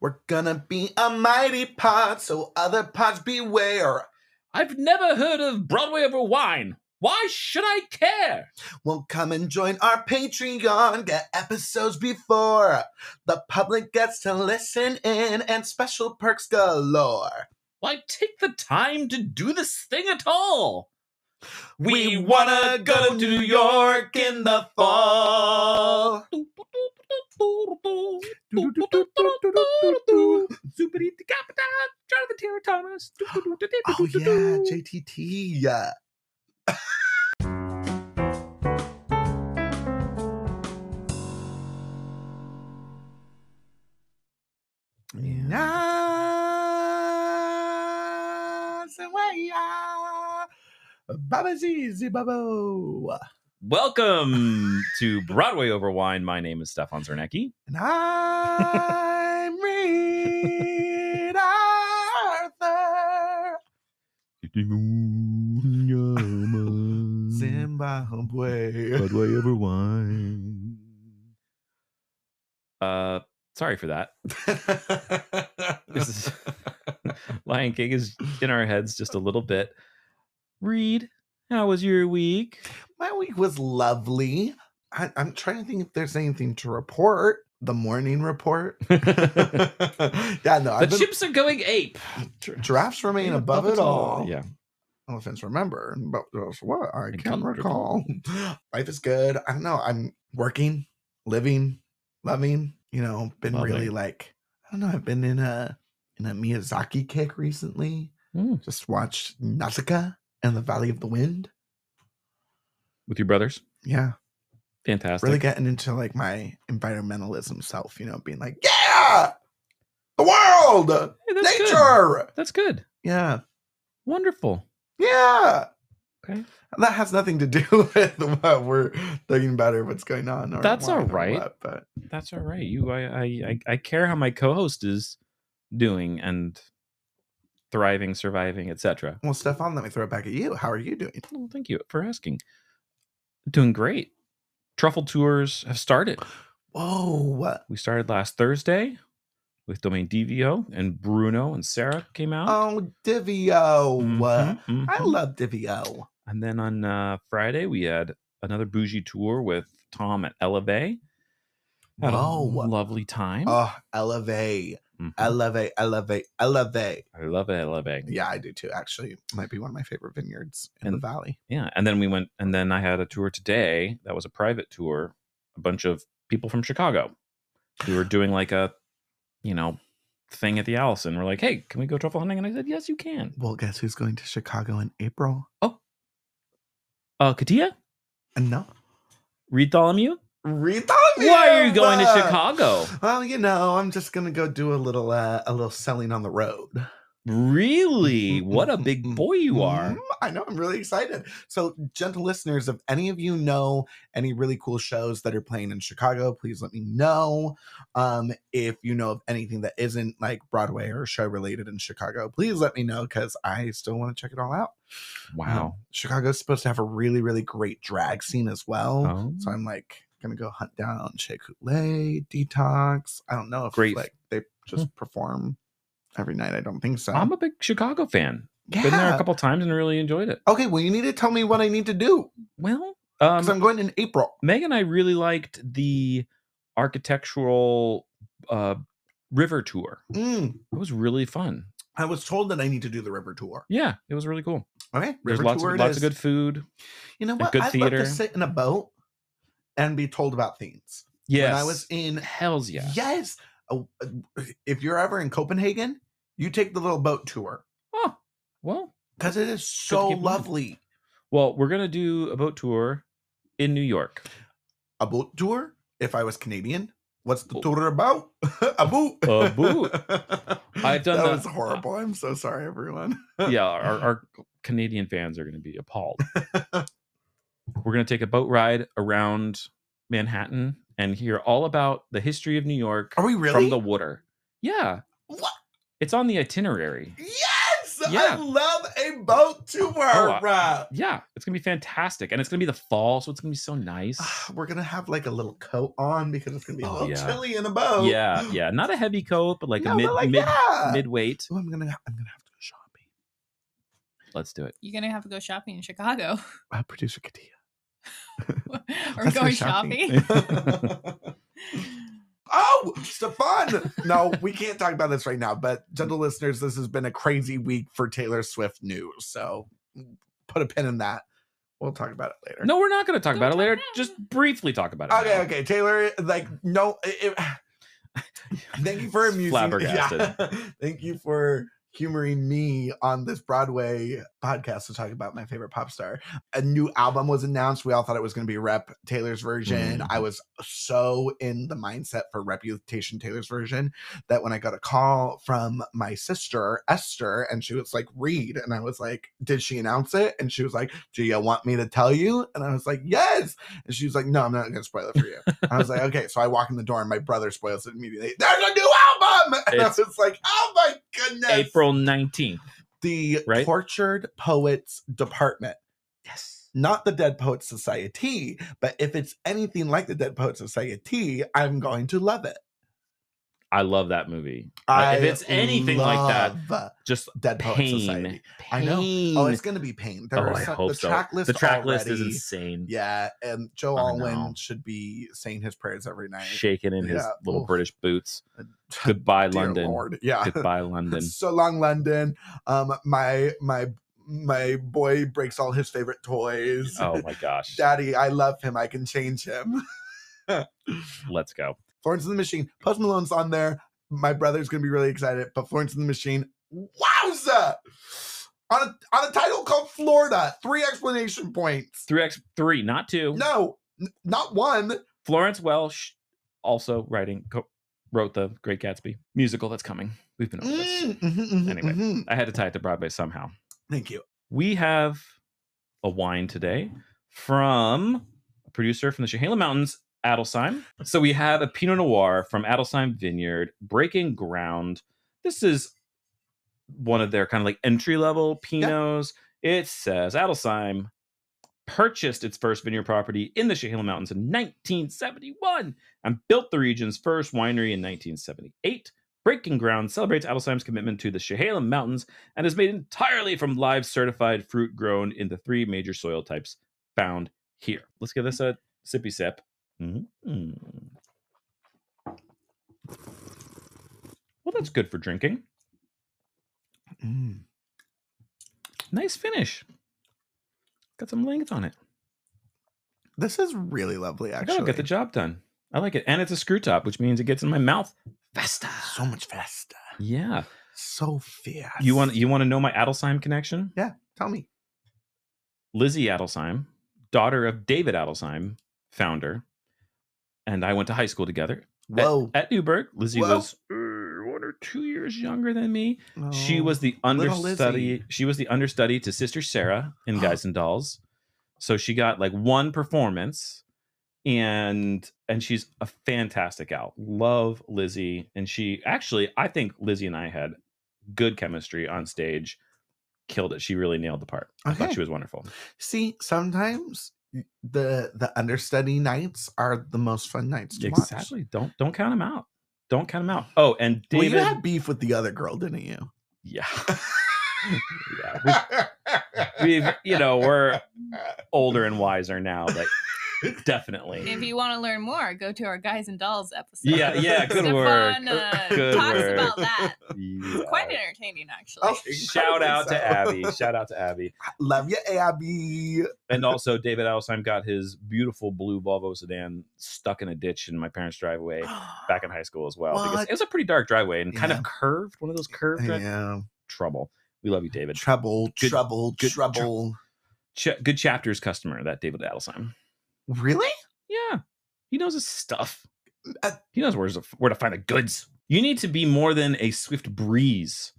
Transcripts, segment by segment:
We're gonna be a mighty pod, so other pods beware. I've never heard of Broadway over wine. Why should I care? Well, come and join our Patreon. Get episodes before the public gets to listen in and special perks galore. Why take the time to do this thing at all? We wanna go to New York in the fall. Oh, yeah, JTT. Yeah. Baba Zizi Babo. Welcome to Broadway Over Wine. My name is Stefan Zernecki. And I'm Reed Arthur. Zimbabwe. Broadway Over Wine. Uh, sorry for that. This is Lion King is in our heads just a little bit. Reed, how was your week? My week was lovely. I, I'm trying to think if there's anything to report. The morning report. the yeah, no, I've been, chips are going ape. giraffes remain above, it all. Yeah. elephants remember, but there's what I And can can't recall. Life is good. I don't know. I'm working, living, loving. You know, been really Loving. like I don't know. I've been in a in a Miyazaki kick recently. Mm. Just watched Nausicaa and the Valley of the Wind. With your brothers. Yeah, Fantastic. really getting into like my environmentalism self. You know, being like, yeah, the world, Hey, that's Good. nature. That's good. Yeah, Wonderful. yeah. Okay. that has nothing to do with what we're thinking about or what's going on. Or That's why all or right. what, but That's all right. You I I I, I care how my co-host is doing and thriving, surviving, etc. well, Stefan, let me throw it back at you. How are you doing? Well, thank you for asking. Doing great. Truffle tours have started. Whoa! We started last Thursday with Domain Divio and Bruno and Sarah came out. Oh, Divio! Mhm, I mhm. love Divio. And then on uh, Friday, we had another bougie tour with Tom at Elevate. Had Wow. a lovely time. Oh, elevate, Mhm. elevate, elevate, elevate. I love it, Elevate. Yeah, I do too. Actually, It might be one of my favorite vineyards in And- the valley. Yeah. And then we went, and then I had a tour today that was a private tour, a bunch of people from Chicago. We were doing like a, you know, thing at the Allison. We're like, hey, can we go truffle hunting? And I said, yes, you can. Well, guess who's going to Chicago in April? Uh, Katia? And no, Reed Tholomew? Read Why are you going to Chicago? Well, you know, I'm just gonna go do a little, uh, a little selling on the road. Really? What a big boy you are. Mhm. I know. I'm really excited. So, gentle listeners, if any of you know any really cool shows that are playing in Chicago, please let me know. Um, if you know of anything that isn't like Broadway or show related in Chicago, please let me know because I still want to check it all out. Um, Wow. Chicago's supposed to have a really, really great drag scene as well. Oh. So, I'm like, gonna go hunt down Shea Coulee, Detox. I don't know if Great. Hmm. like they just perform every night. I don't think so. I'm a big Chicago fan. yeah. Been there a couple times and really enjoyed it. Okay, well, you need to tell me what I need to do Well, because I'm um, going in April. Meg and I really liked the architectural uh, river tour. Mm, It was really fun. I was told that I need to do the river tour. Yeah, it was really cool. Okay, There's river lots tour. of it lots of is. good food. You know and what? good I'd theater. love to sit in a boat and be told about things. Yes, When I was in, hell's yeah. yes, uh, uh, if you're ever in Copenhagen, you take the little boat tour Oh well, because it is Good to so keep in mind. lovely. well, we're gonna do a boat tour in New York. A boat tour. If I was Canadian, what's the Oh. tour about? a boot. A boat. I've done that. the- was horrible. I'm so sorry, everyone. Yeah, our, our Canadian fans are gonna be appalled. we're gonna take a boat ride around Manhattan and hear all about the history of New York Are we Oh, really? from the water. Yeah, What? it's on the itinerary. Yes! I Yeah. Oh, love a boat tour. I- Yeah, it's gonna be fantastic, and it's gonna be the fall, so it's gonna be so nice. Ah, We're gonna have like a little coat on because it's gonna be a Oh, little yeah. chilly in a boat. Yeah, yeah, not a heavy coat, but like Oh. No, but a mid like, mid yeah. mid weight. Ooh, I'm gonna I'm gonna have to go shopping. Let's do it. You're gonna have to go shopping in Chicago. Uh, producer Katia. or go going shopping. shopping. Oh, Stefan! No, we can't talk about this right now, but gentle listeners, this has been a crazy week for Taylor Swift news. So put a pin in that. We'll talk about it later. No, we're not gonna talk Don't about it talk later. now. Just briefly talk about it. Okay, now. okay. Taylor, like, no. It, it- thank you for amusing Flabbergasted. thank you for humoring me on this Broadway podcast to talk about my favorite pop star. A new album was announced. We all thought it was going to be Rep Taylor's version. Mhm. I was so in the mindset for Reputation Taylor's version that when I got a call from my sister, Esther, and she was like, read. And I was like, did she announce it? And she was like, do you want me to tell you? And I was like, yes. And she was like, no, I'm not going to spoil it for you. I was like, okay. So I walk in the door and my brother spoils it immediately. There's a new album. And It's- I was like, oh my goodness. April nineteenth. The right? Tortured Poets Department, Yes. not the Dead Poets Society, but if it's anything like the Dead Poets Society, I'm going to love it. I love that movie. Like, if it's anything like that, love Just Dead Poets pain. Society. I know. Pain. Oh, it's going to be pain. Oh, There are I some- hope the so. track list. the track list is already- insane. Yeah, and Joe I know. Alwyn should be saying his prayers every night. Shaking in his Yeah, little oof. British boots. Goodbye, Dear London. Lord. Yeah. Goodbye, London. So long, London. Um, my my my boy breaks all his favorite toys. Oh my gosh. Daddy, I love him. I can change him. Let's go. Florence and the Machine. Post Malone's on there. My brother's gonna be really excited. But Florence and the Machine, wowza! On a on a title called Florida. Three explanation points. Three X three, not two. No, n- not one. Florence Welsh also writing co- wrote the Great Gatsby musical that's coming. We've been over this. Mm, mhm, mhm, Anyway. mhm. I had to tie it to Broadway somehow. Thank you. We have a wine today from a producer from the Chehalem Mountains, Adelsheim. So we have a Pinot Noir from Adelsheim Vineyard, Breaking Ground. This is one of their kind of like entry level Pinots. It says Adelsheim purchased its first vineyard property in the Chehalem Mountains in 1971 and built the region's first winery in 1978. Breaking Ground celebrates Adelsheim's commitment to the Chehalem Mountains and is made entirely from live certified fruit grown in the three major soil types found here. Let's give this a sippy sip. Mm. Well, that's good for drinking. Mm. Nice finish. Got some length on it. This is really lovely, Actually, actually. That'll get the job done. I like it. And it's a screw top, which means it gets in my mouth faster. so much faster. Yeah. So fierce. You want you want to know my Adelsheim connection? tell me. Lizzie Adelsheim, daughter of David Adelsheim, founder, and I went to high school together at- Whoa. at, Newburgh. Lizzie Whoa. Mm. was uh, one or two years younger than me. She Oh. was the little understudy. Lizzie. She was the understudy to Sister Sarah in Guys and Dolls. So she got like one performance, and and she's a fantastic out. Love Lizzie, and she actually I think Lizzie and I had good chemistry on stage. Killed it. She really nailed the part. I thought Okay. she was wonderful. See, sometimes y- the the understudy nights are the most fun nights to watch. Exactly. Don't don't count him out. Don't count him out. Oh, and David. Well, you had beef with the other girl, didn't you? yeah. yeah. We- We've, you know, we're older and wiser now, but If definitely. you want to learn more, go to our Guys and Dolls episode. Yeah, yeah. Good Stefan, work. Uh, Good talks work. about that. Yeah. Quite entertaining, actually. Oh, Shout incredibly out so. to Abby. Shout out to Abby. Love you, Abby. And also, David Alsheim got his beautiful blue Volvo sedan stuck in a ditch in my parents' driveway back in high school as well. Because What? it was a pretty dark driveway and kind Yeah. of curved, one of those curved dri- Yeah. trouble. We love you, David. Trouble, Good- trouble, good tr- trouble. Ch- good chapters customer, that David Adelsheim. really? Yeah, he knows his stuff. Uh, he knows where's the- where to find the goods. You need to be more than a swift breeze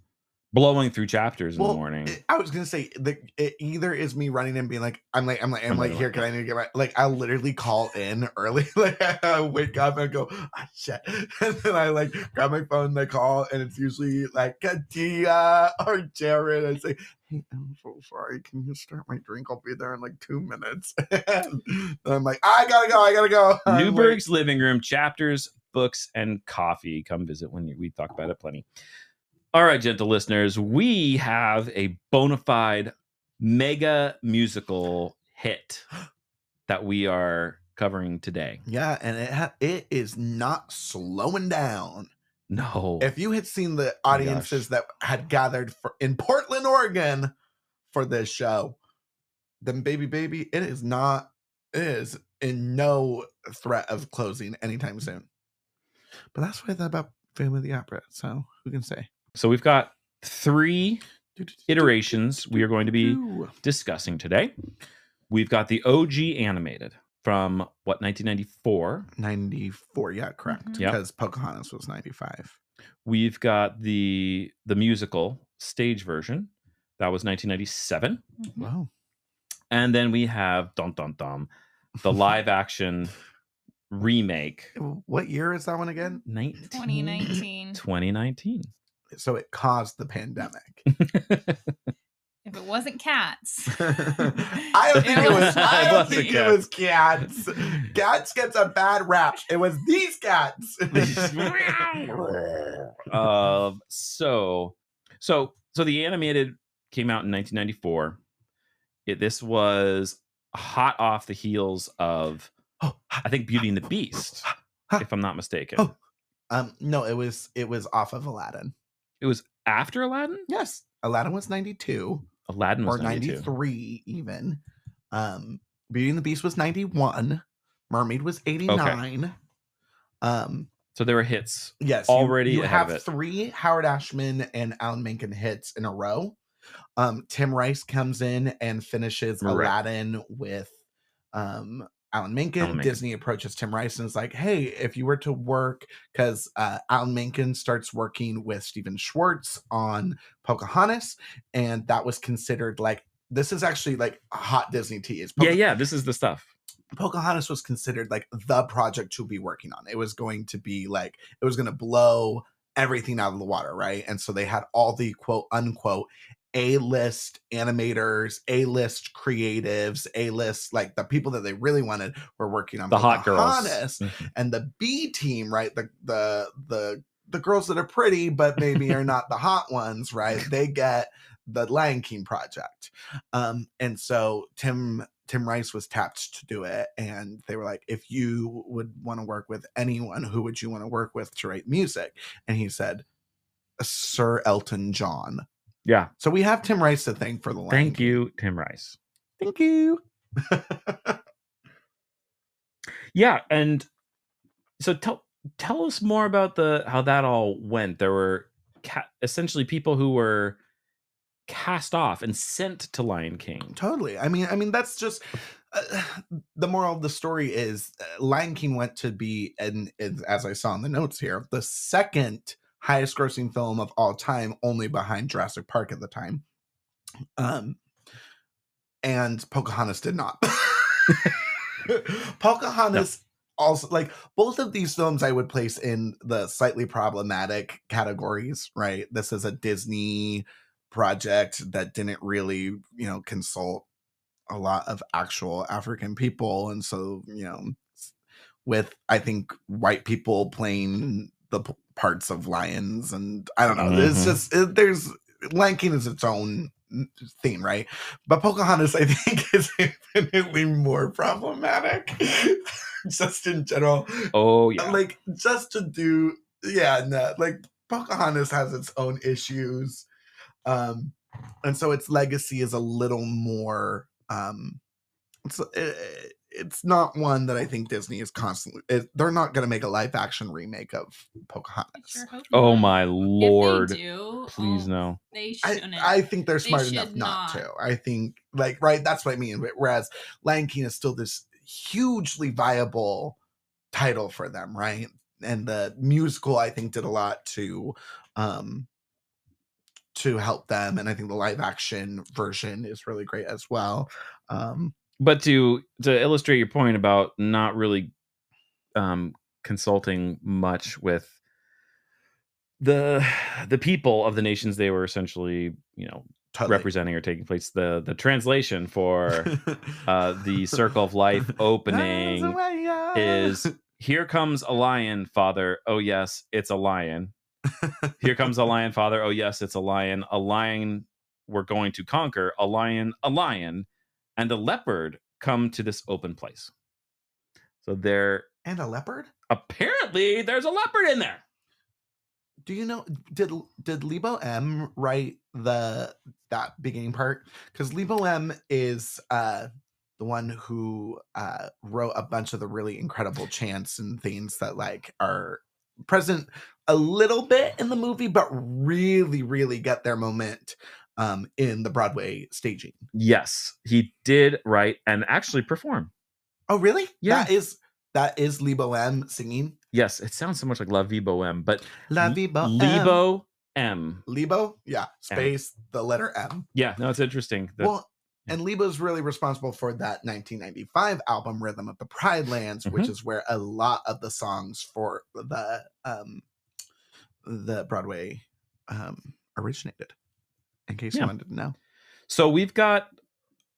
blowing through chapters in Well, the morning. I was gonna say the it either is me running and being like, I'm like, I'm like, I'm I'm like, late. here, can I need to get my like? I literally call in early, like I wake up and go, ah, shit, and then I like grab my phone, and I call, and it's usually like Katia or Jared. I say, hey, I'm so sorry, can you start my drink? I'll be there in like two minutes. and I'm like, I gotta go, I gotta go. I'm late." Newberg's living room, chapters, books, and coffee. Come visit when you, we talk about it plenty. All right, gentle listeners, we have a bona fide mega musical hit that we are covering today. Yeah, and it ha- it is not slowing down. No. if you had seen the Oh my gosh. audiences that had gathered for, in Portland, Oregon, for this show, then baby, baby, it is not it is in no threat of closing anytime soon. But that's what I thought about Family of the Opera. So who can say? so we've got three iterations we are going to be Ooh. discussing today. We've got the OG animated from what 1994. 94, yeah, correct. Mhm. Yep. Because Pocahontas was 95. We've got the the musical stage version that was 1997, Mhm. Wow. and then we have dum dum dum, the live action remake What year is that one again? 19, 2019. 2019. So it caused the pandemic. If it wasn't cats, I don't think it was. I It don't wasn't think it cats. was cats. Cats gets a bad rap. It was these cats. um, so so so the animated came out in 1994. It, this was hot off the heels of I think Beauty and the Beast, if I'm not mistaken. Oh. um, no, it was it was off of Aladdin. It was after Aladdin. Yes, Aladdin was ninety two Aladdin or was ninety 92. three even. Um, Beauty and the Beast was ninety one. Mermaid was eighty nine. Um, So there were hits. yes, you- Already you, ahead of have it. three Howard Ashman and Alan Menken hits in a row. Um, Tim Rice comes in and finishes Right. Aladdin with um, Alan Menken. Alan Menken. Disney approaches Tim Rice and is like, "Hey, if you were to work, because uh, Alan Menken starts working with Stephen Schwartz on Pocahontas, and that was considered like." This is actually like hot Disney tea. It's Yeah, Poca- yeah. This is the stuff. Pocahontas was considered like the project to be working on. It was going to be like it was going to blow everything out of the water, right? And so they had all the quote unquote A list animators, A list creatives, A list like the people that they really wanted were working on The hot girls. Pocahontas. and the B team, right? The the the the girls that are pretty but maybe are not the hot ones, right? They get the Lion King project. Um and so Tim Tim Rice was tapped to do it and they were like if you would want to work with anyone who would you want to work with to write music and he said Sir Elton John. Yeah. So we have Tim Rice to thank for the Lion Thank King. you, Tim Rice. Thank you. Yeah, and so tell tell us more about the how that all went. There were ca- essentially people who were cast off and sent to Lion King. totally i mean i mean that's just uh, the moral of the story is uh, lion king went to be and is- as i saw in the notes here the second highest grossing film of all time only behind jurassic park at the time um and pocahontas did not pocahontas also like both of these films i would place in the slightly problematic categories right this is a disney project that didn't really, you know, consult a lot of actual African people. And so, you know, s- with I think white people playing the p- parts of lions, and I don't know, it's Mhm. just it, there's Lion King is its own n- thing, right? But Pocahontas, I think, is infinitely more problematic, just in general. Oh Uh, yeah. Like just to do yeah, no, like Pocahontas has its own issues. Um and so its legacy is a little more um it's it, it's not one that I think Disney is constantly it, they're not going to make a live action remake of I Pocahontas. sure hope Oh not. my If they lord. do, Please oh, no. They I, shouldn't. I think they're They smart should enough not, not. to. I think like right, that's what I mean. But Whereas Lion King is still this hugely viable title for them, right? And the musical I think did a lot to um to help them. And I think the live action version is really great as well. Um, but to to illustrate your point about not really um consulting much with the the people of the nations they were essentially you know totally. representing or taking place the the translation for uh the circle of life opening is here comes a lion father oh yes it's a lion here comes a lion father oh yes it's a lion a lion we're going to conquer a lion a lion and a leopard come to this open place so there and a leopard. apparently there's a leopard in there Do you know did did Lebo M write the that beginning part? Because Lebo M is uh the one who uh wrote a bunch of the really incredible chants and things that like are present a little bit in the movie, but really, really get their moment um in the Broadway staging. yes he did write and actually perform Oh really? Yeah. That is that is Lebo M singing. yes it sounds so much like la vie boheme but La L- Vibo M. lebo m Lebo? Yeah. Space the letter M. yeah no it's interesting that- Well, and Lebo's really responsible for that 1995 album Rhythm of the Pride Lands, Mm-hmm. which is where a lot of the songs for the um the Broadway um originated. In case Yeah. you wanted to know. So we've got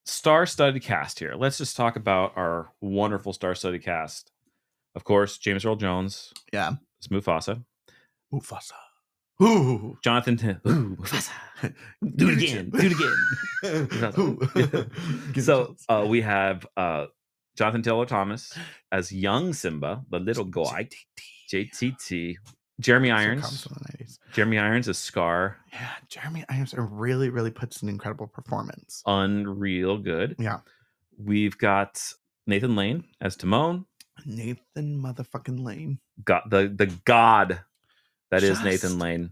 star-studded cast here. Let's just talk about our wonderful star-studded cast. Of course, James Earl Jones. Yeah. It's Mufasa. Mufasa. Ooh. Jonathan. T- Ooh, Mufasa. Do it again. Do it again. again. so uh, we have uh, Jonathan Taylor Thomas as young Simba, the little guy. JTT. Jeremy Irons. Jeremy Irons as Scar. Yeah, Jeremy Irons uh, really, really puts an incredible performance. Unreal good. Yeah. We've got Nathan Lane as Timon. Nathan motherfucking Lane. God, the the God that is Just- Nathan Lane.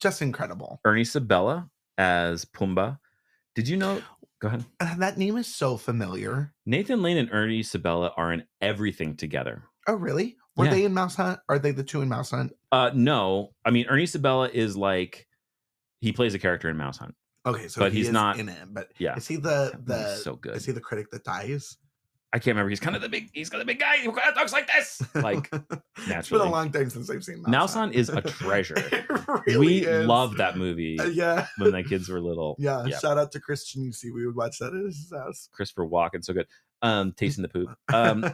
Just incredible. Ernie Sabella as Pumbaa. Did you know? Go ahead. Uh, that name is so familiar. Nathan Lane and Ernie Sabella are in everything together. Oh, really? Were Yeah. they in Mouse Hunt? Are they the two in Mouse Hunt? Uh, no, I mean Ernie Sabella is like he plays a character in Mouse Hunt. Okay, so But he he's is not- in it. But Yeah, is he the That movie's the so good. is he the critic that dies? I can't remember. He's kind of the big. He's kind of the big guy who kinda talks like this. Like it's been naturally. a long time since I've seen Mouse, Mouse Hunt. Hunt is a treasure. It really we is. loved that movie Uh, yeah. when the kids were little. yeah, yeah. Shout out to Christian. You see, we would watch that at his house. Christopher Walken, so good. Um, tasting the poop. Um,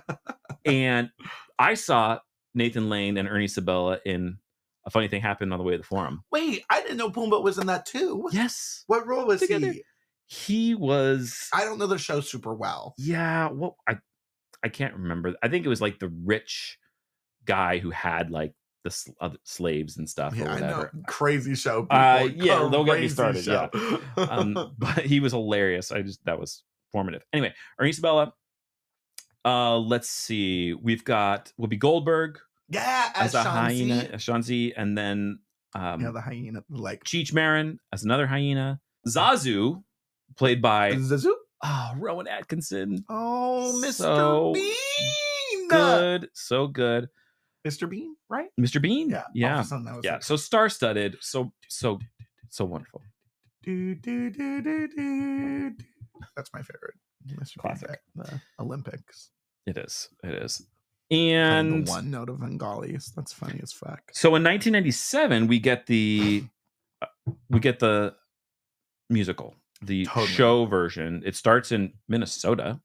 and I saw Nathan Lane and Ernie Sabella in a funny thing happened on the way to the forum. Wait, I didn't know Pumbaa was in that too. Yes, What role was Together. he? he was. I don't know the show super well. yeah, well, I I can't remember. I think it was like the rich guy who had like the sl- other slaves and stuff or Yeah, I know. whatever. Crazy show. Uh, people. yeah, don't get me Crazy started, yeah. show. um, but he was hilarious. I just that was formative. Anyway, Ernie Sabella. Uh, let's see. We've got Whoopi Goldberg yeah, as, a Shaun hyena, Z. as Shanzi, and then um, yeah, the hyena, like Cheech Marin as another hyena. Zazu, played by Zazu. oh, Rowan Atkinson. Oh, Mr. So Bean. Good, so good. Mr. Bean, right? Mr. Bean. Yeah. yeah, yeah. yeah. So star studded, so so so wonderful. Do, do, do, do, do, do. That's my favorite. Mr. Classic. Bean at the Olympics. It is. It is. Playing the And one note of Bengalis. That's funny as fuck. so in 1997, we get the uh, we get the musical, the Totally. show version. It starts in Minnesota.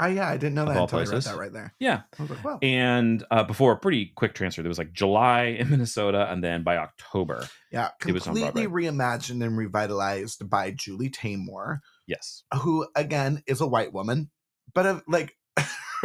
Oh, yeah, I didn't know Of that all until places. I read that right there. Yeah, I was like, wow. and uh, before a pretty quick transfer, there was like July in Minnesota, and then by October, yeah, it was on completely reimagined and revitalized by Julie Taymor, yes. who, again, is a white woman, but a, like,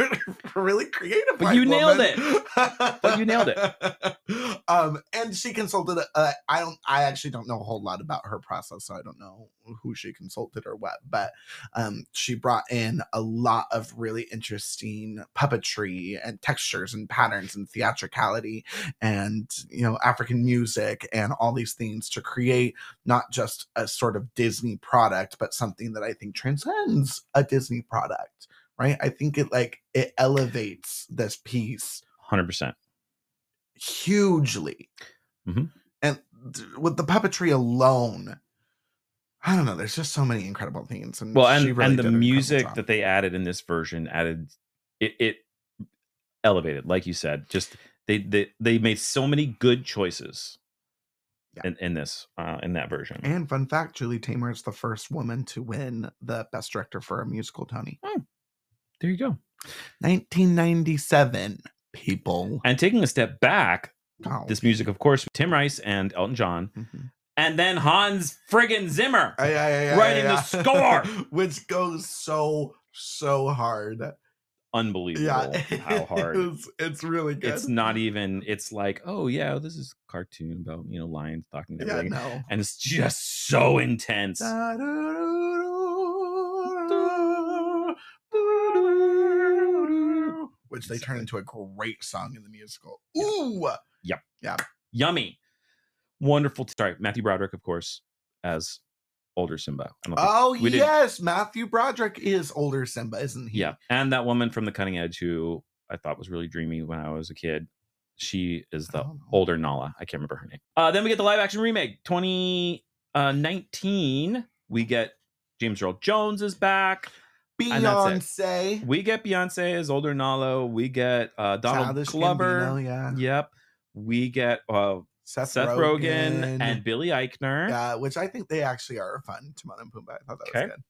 really creative But white you nailed woman. But you nailed it. um, and she consulted. Uh, I don't. I actually don't know a whole lot about her process, so I don't know who she consulted or what. But um, she brought in a lot of really interesting puppetry and textures and patterns and theatricality and you know African music and all these things to create not just a sort of Disney product, but something that I think transcends a Disney product. Right? I think it like it elevates this piece hundred percent. hugely. Mhm. Mm-hmm. And th- with the puppetry alone, I don't know. There's just so many incredible things, and well and, she really and did the an incredible music job. that they added in this version added it, it elevated like you said just they they they made so many good choices Yeah. in, in this uh in that version And fun fact, Julie Taymor is the first woman to win the Best Director for a Musical Tony. there you go 1997, people. and taking a step back Oh. this music of course tim rice and elton john Mhm. and then hans friggin zimmer Ay, ay, ay, ay, Writing ay, the ay. score. Which goes so, so hard. unbelievable Yeah. how hard It's, it's really good. it's not even it's like oh yeah this is a cartoon about you know lions talking to Yeah, everything no. and it's just so intense Which they turn into a great song in the musical. Yeah. Ooh, yummy wonderful sorry matthew broderick of course as older simba I don't think- oh we didn't- yes, Matthew Broderick is older Simba, isn't he? yeah and that woman from the cutting edge who i thought was really dreamy when i was a kid she is the Oh. older nala i can't remember her name uh, then we get the live action remake 2019 we get james earl jones is back And that's Beyonce, we get beyonce as older nala we get uh, donald Childish glover Gambino, yeah, yep we get uh, Seth, seth rogen, Rogen, and billy eichner yeah, which I think they actually are fun. Timon and Pumbaa, I thought that Okay. was good.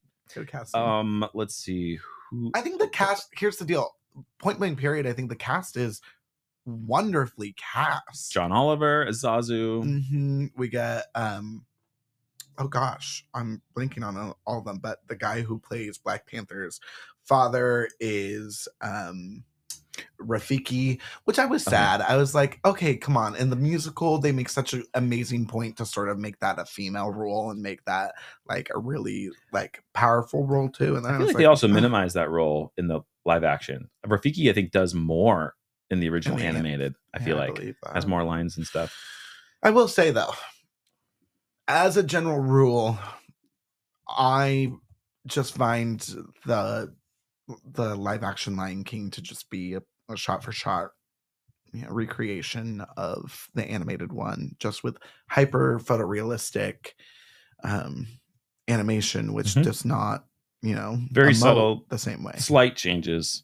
Good casting. Um, oh, let's see who I think the cast. Here's the deal. Point blank period. I think the cast is wonderfully cast. John Oliver, Azazu. hmm We got um, oh gosh, I'm blinking on all- all of them. But the guy who plays Black Panther's father is um, Rafiki, which I was Uh-huh. sad. I was like, okay, come on. In the musical, they make such an amazing point to sort of make that a female role and make that like a really like powerful role too. And then I I, feel was like like, they also "Ugh." minimized that role in the live action. Rafiki, I think, does more in the original the anim- animated. I feel Yeah, like believe that. has more lines and stuff. I will say though, as a general rule, I just find the the live action Lion King to just be a, a shot for shot you know, recreation of the animated one, just with hyper photorealistic um, animation, which Mhm. does not, you know, Very emote subtle. the same way. Slight changes,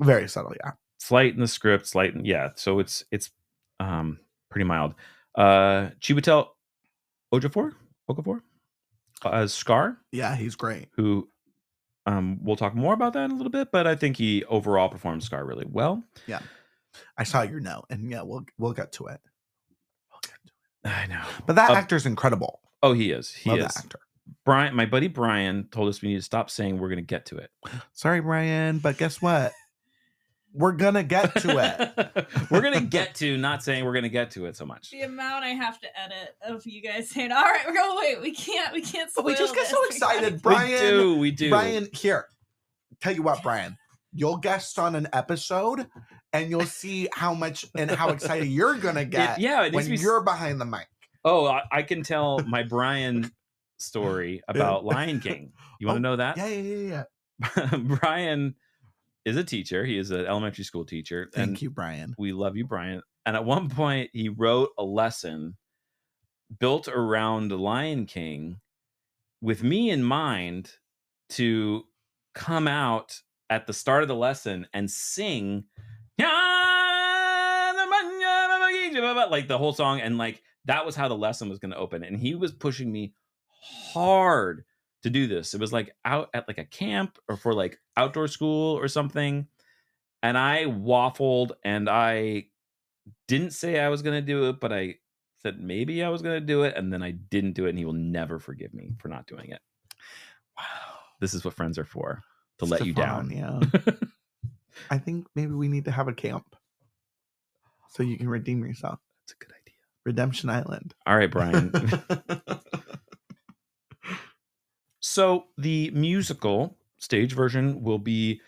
Very subtle, yeah. slight in the script, slight in yeah. So it's it's um pretty mild. Uh Chiwetel Ojofor, Okafor, as Scar, Yeah, he's great. who um we'll talk more about that in a little bit, but I think he overall performed Scar really well. I saw your note, and yeah, we'll we'll get to it. We'll get to I know, it. But that Uh, actor's incredible. oh, he is, he Love is. that actor. Brian, my buddy Brian told us we need to stop saying we're going to get to it. Sorry, Brian, but guess what? We're gonna get to it. we're going to get to not saying we're going to get to it so much. The amount I have to edit of you guys saying, "All right, we're going. Wait, we can't. We can't." But we just spoil get so this, we gotta excited, go." Brian. we do. We do. Brian, here. Tell you what, Brian. You'll guest on an episode and you'll see how much and how excited you're gonna It- get yeah. It needs when to be, s- you're behind the mic. oh, I, I can tell my Brian story about Lion King. You want Oh, to know that? Yeah, yeah, yeah, yeah. Brian is a teacher. He is an elementary school teacher. Thank and you, Brian. we love you, Brian. And at one point, he wrote a lesson built around Lion King with me in mind to come out at the start of the lesson and sing like the whole song. And like that was how the lesson was going to open. And he was pushing me hard to do this. It was like out at like a camp or for like outdoor school or something and I waffled and I didn't say I was going to do it, but I said maybe I was going to do it. And then I didn't do it. And he will never forgive me for not doing it. Wow. This is what friends are for to let you down. Yeah. I think maybe we need to have a camp. So you can redeem yourself. That's a good idea. Redemption Island. All right, Brian. so the musical stage version will be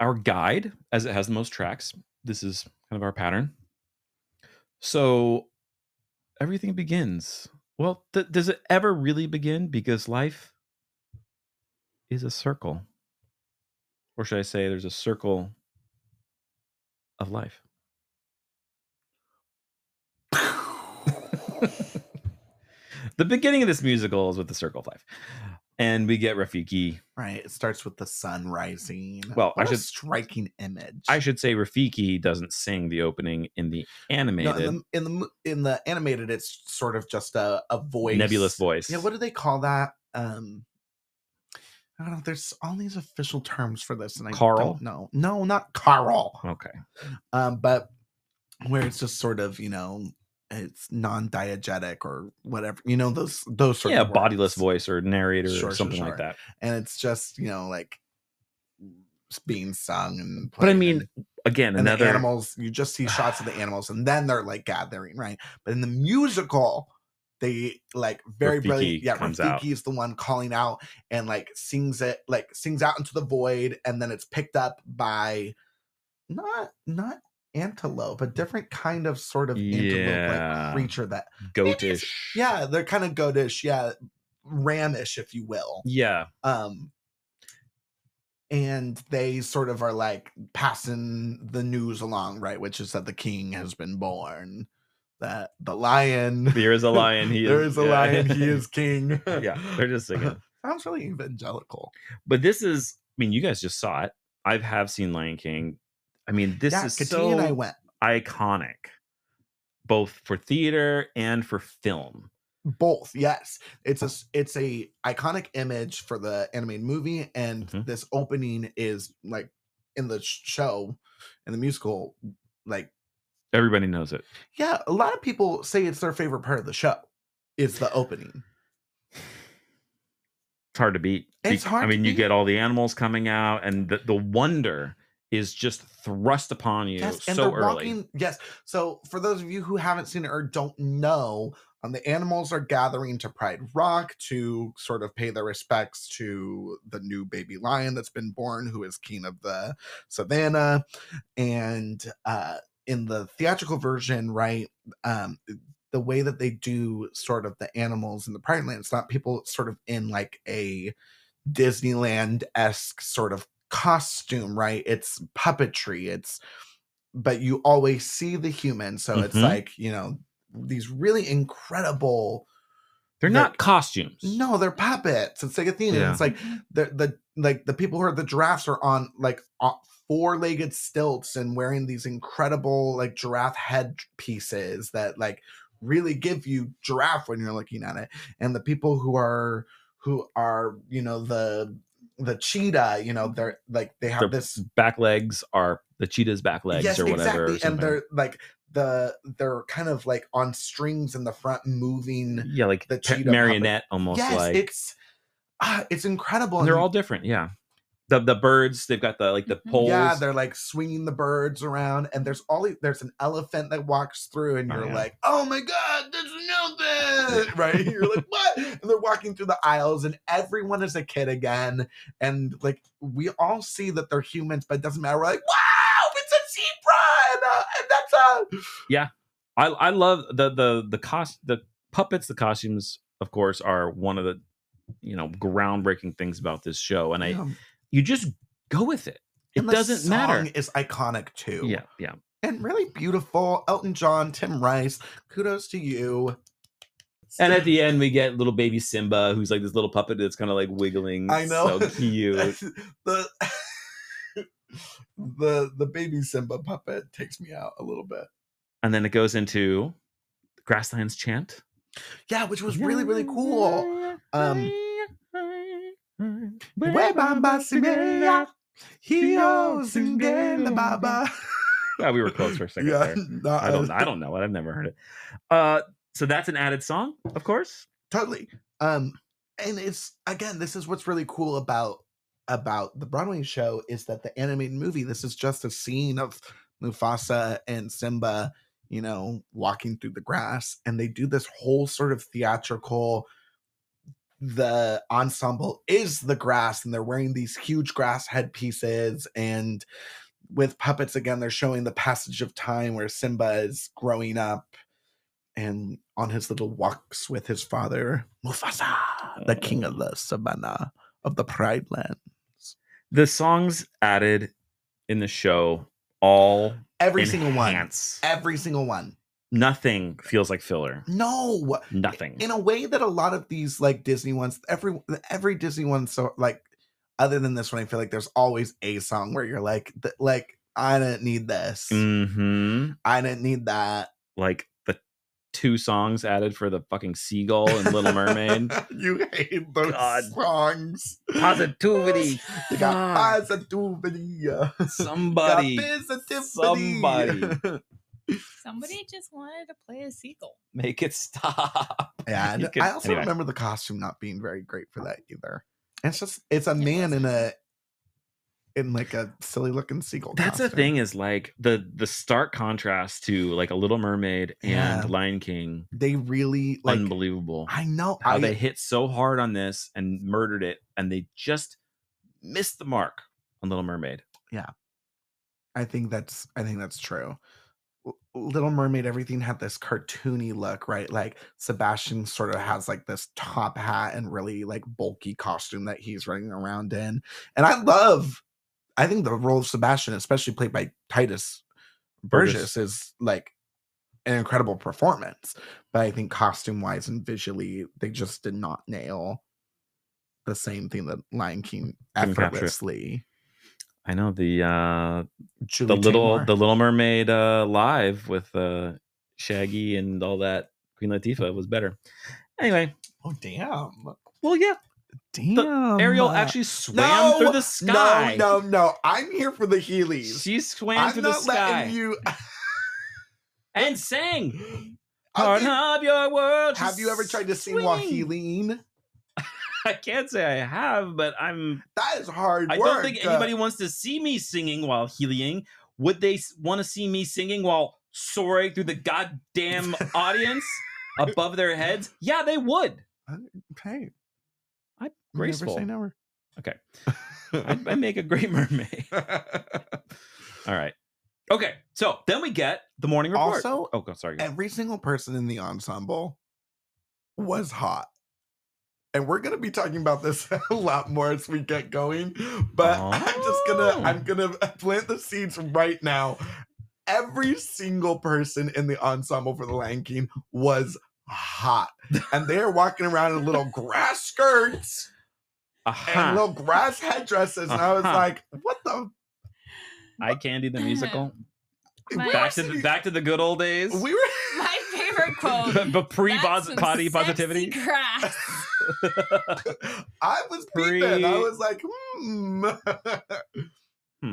our guide as it has the most tracks. This is kind of our pattern. So everything begins. Well, th- does it ever really begin? Because life is a circle. Or should I say, there's a circle of life? the beginning of this musical is with the circle of life, and we get Rafiki. Right. It starts with the sun rising. Well, I what a should- striking image. I should say Rafiki doesn't sing the opening in the No, animated in, the, in the mo- in the animated, it's sort of just a a voice, nebulous voice. Yeah. What do they call that? Um, I don't know. There's all these official terms for this, and I Carl? don't know. No, not Carl. Okay. Um, but where it's just sort of you know it's non-diegetic or whatever you know those those sort yeah, of bodiless words. voice or narrator Sure, or sure, something sure. like that. and it's just you know like s- being sung and But I played mean, and- again, and, another the animals you just see shots of the animals and then they're like gathering right but in the musical they like very brilliant Rafiki yeah comes Rafiki out. is the one calling out and like sings it like sings out into the void and then it's picked up by not not antelope a different kind of sort of antelope Yeah. like creature that goatish. yeah they're kind of goatish yeah ramish if you will Yeah. um and they sort of are like passing the news along right which is that the king has been born that the lion There is a lion. He there is is, a yeah. lion he is king yeah. They're just singing. sounds really evangelical But this is, I mean, you guys just saw it. I have seen Lion King. I mean, this yeah is Katina so and i went iconic, both for theater and for film. both yes it's Oh. a s- it's a iconic image for the animated movie and Mhm. this opening is like in the sh- show in the musical like Everybody knows it. Yeah, a lot of people say it's their favorite part of the show. It's the opening. It's hard to beat. It's Bec- I hard to mean, you beat. get all the animals coming out, and the, the wonder is just thrust upon you Yes, and so they're early. walking. Yes. So for those of you who haven't seen it or don't know, um, the animals are gathering to Pride Rock to sort of pay their respects to the new baby lion that's been born, who is king of the savannah. And uh, in the theatrical version, right, um, the way that they do sort of the animals in the Pride Land, it's not people sort of in like a Disneyland esque sort of costume, right? It's puppetry. It's but you always see the human, so it's Mhm. like you know these really incredible. They're They're- not costumes. No, they're puppets. It's like Athena. Yeah. It's like the the like the people who are the giraffes are on like four legged stilts and wearing these incredible like giraffe head pieces that like really give you giraffe when you're looking at it. And the people who are who are you know the the cheetah, you know, they're like they have They're this back legs are the cheetah's back legs or whatever. or and something. they're like the they're kind of like on strings in the front moving. yeah, like the pe- cheetah puppet. marionette almost yes, like it's ah, it's incredible. and they're and- all different. Yeah, the the birds they've got the like the Mhm. poles. Mm-hmm. Yeah, they're like swinging the birds around, and there's all the- there's an elephant that walks through, and Oh, you're yeah. like, "Oh my god, there's an elephant!" Right? You're like, "What?" And they're walking through the aisles, and everyone is a kid again, and like we all see that they're humans, but it doesn't matter. We're like, "Wow, it's a zebra!" And, uh, and that's a I I love the the the cost the puppets the costumes of course are one of the you know groundbreaking things about this show, and I Um, you just go with it. It and the doesn't song matter. Is iconic too. Yeah, yeah. and really beautiful. Elton John, Tim Rice, kudos to you. And at the end, we get little baby Simba, who's like this little puppet that's kind of like wiggling. I know. so cute. the the the baby Simba puppet takes me out a little bit. and then it goes into Grasslands chant. Yeah, which was really really cool. Um, Way baba singeya. baba. Oh, we were close for a second Yeah, there. no, I don't. I don't know it. I've never heard it. Uh, so that's an added song, of course. totally. Um, and it's again, this is what's really cool about about the Broadway show is that the animated movie. This is just a scene of Mufasa and Simba, you know, walking through the grass, and they do this whole sort of theatrical. The ensemble is the grass, and they're wearing these huge grass headpieces. And with puppets again, they're showing the passage of time where Simba is growing up and on his little walks with his father, Mufasa, Uh. the king of the savannah of the Pride Land. The songs added in the show all Every single one. enhance Every single one. nothing feels like filler. No, Nothing. in a way that a lot of these like Disney ones, every every Disney one, so like other than this one, I feel like there's always a song where you're like, th- like I didn't need this, hmm I didn't need that. Like the two songs added for the fucking seagull and Little Mermaid. you hate those God. songs. Positivity. You got Fuck. positivity. Somebody. Got positivity. Somebody. Somebody just wanted to play a seagull. Make it stop. Yeah, You and could- I also anyway. remember the costume not being very great for that either. It's just it's a man in a in like a silly looking seagull. That's the costume. thing is like the the stark contrast to like a Little Mermaid and Yeah. Lion King. They really like. unbelievable. I know. how I, they hit so hard on this and murdered it, and they just missed the mark on Little Mermaid. I think that's I think that's true. L- Little Mermaid, everything had this cartoony look, right? Like Sebastian sort of has like this top hat and really like bulky costume that he's running around in. And I love, I think the role of Sebastian, especially played by Titus Burgess. Burgess, is like an incredible performance. But I think costume wise and visually, they just did not nail the same thing that Lion King Couldn't capture it. effortlessly. I know the uh, the Julie little Taymor. the Little Mermaid uh, live with uh, Shaggy and all that Queen Latifah was better. Anyway, oh damn. well, yeah, Damn. Ariel uh, actually swam through the sky. No, no, no. I'm here for the Heelys. she swam I'm through the not sky letting you. and sang. I'll Part be- of your world. Oh, have you ever tried to sing swing. Waheeline? I can't say I have, but I'm That is hard I work. uh don't think anybody wants to see me singing while healing. Would they want to see me singing while soaring through the goddamn audience above their heads? Yeah, they would. Hey, you I'm never graceful. say never. Okay. I, I make a great mermaid. All right. Okay. So then we get the morning report. Also, oh, go- sorry. go. Every single person in the ensemble was hot. And we're gonna be talking about this a lot more as we get going. But I'm just Oh. gonna I'm gonna plant the seeds right now. Every single person in the ensemble for the Lion King was hot. And they are walking around in little grass skirts Uh-huh. and little grass headdresses. And I was Uh-huh. like, what the Eye Candy the musical. we My- were Back to the, sitting- back to the good old days. we were My favorite quote. but pre "That's some body sexy positivity. Grass. I was beaten. I Pre- was like, hmm. Hmm.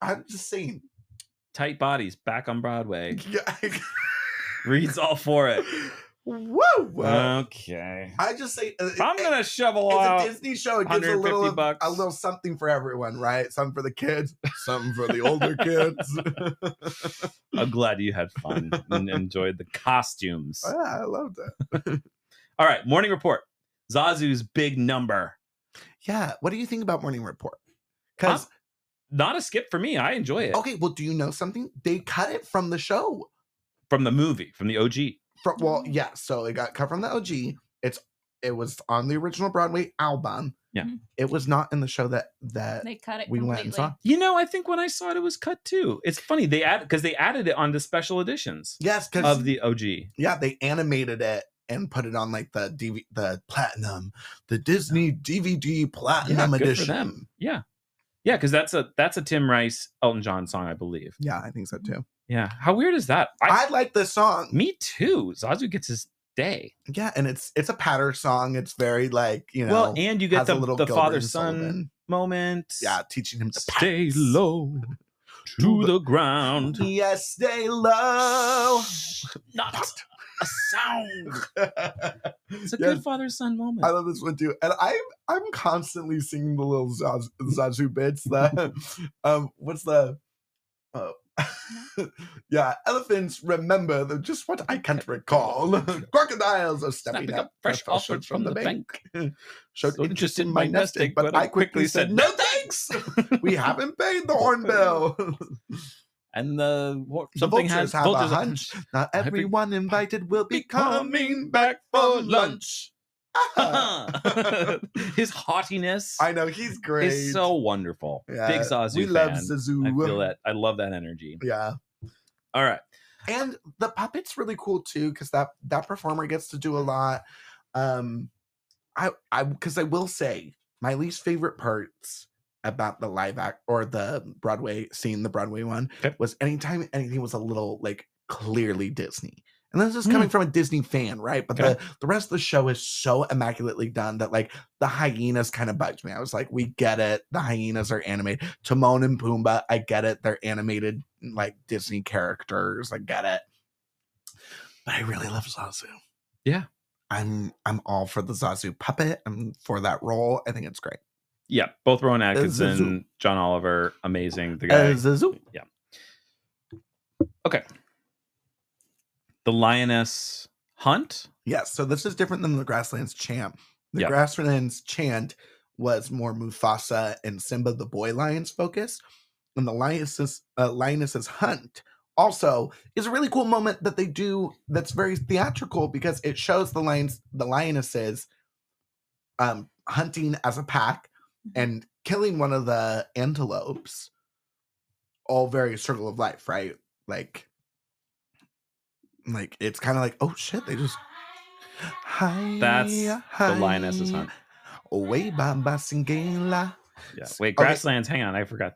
I'm just saying. Tight bodies back on Broadway. Yeah, Reed's all for it. Woo! okay. I just say uh, it- Uh, I'm it- gonna shovel It's out. a Disney show. It gives a 150 little, of- bucks. a little something for everyone, right? Something for the kids, something for the older kids. I'm glad you had fun and enjoyed the costumes. Yeah, I loved it. All right, morning report. Zazu's big number. Yeah. What do you think about Morning Report? Because Not a skip for me. I enjoy it. okay, well, do you know something? They cut it from the show. From the movie, from the OG. From, well, Oh. yeah. So it got cut from the OG. It's it was on the original Broadway album. Yeah. Mhm. It was not in the show that that They cut it. we went and saw. completely. You know, I think when I saw it, it was cut too. It's funny they add because they added it onto special editions Yes, because of the OG. yeah, they animated it and put it on like the DV, the platinum, the Disney DVD platinum good for edition. them. Yeah, yeah, because that's a that's a Tim Rice Elton John song, I believe. Yeah, I think so too. Yeah, how weird is that? Mm-hmm. I, I, like this song. me too. Zazu gets his day. Yeah, and it's it's a patter song. It's very like you know. well, and you get has a the, little the Gilbert father and son Sullivan. moment. Yeah, teaching him to Stay pats. low to the ground. Yes, stay low. Not a sound. It's Yes. a good father son moment. I love this one too. And I'm I'm constantly singing the little Zazu, Zazu bits. The um, what's the oh yeah, elephants remember the, just what I can't recall. Crocodiles are stepping Snapping up, up fresh fresh offers offers from, the bank. Showed So interest in my nest egg, but I quickly said no thanks. we haven't paid the hornbill. And the wha- The something vultures has have a vultures hunch. Not Every- everyone invited will be coming back for for lunch. His haughtiness I know he's great. is so wonderful. Yeah, Big Zazu We fan. love Zazu. I feel that. I love that energy. Yeah. All right. and the puppet's really cool too because that that performer gets to do a lot um i i because i will say my least favorite parts about the live act or the broadway scene the broadway one Okay. was anytime anything was a little like clearly disney and this is coming from a disney fan right but Okay. the the rest of the show is so immaculately done that like the hyenas kind of bugged me i was like we get it the hyenas are animated timon and pumbaa i get it they're animated like disney characters i get it but i really love zazu Yeah. i'm i'm all for the zazu puppet i'm for that role i think it's great Yeah, both Rowan Zuzu. Atkinson, John Oliver, amazing. The guy, Uh, zazu the lioness hunt. Yes. So this is different than the Grasslands chant. The Yeah. Grasslands chant was more Mufasa and Simba the boy lions focus, and the lionesses uh, lionesses hunt also is a really cool moment that they do that's very theatrical because it shows the lions the lionesses um hunting as a pack Mm-hmm. and killing one of the antelopes all very circle of life right like like it's kind of like oh shit they just hi That's the The lioness's hunt. away by Basingela. Yeah. S- Wait, okay. grasslands. Hang on, I forgot.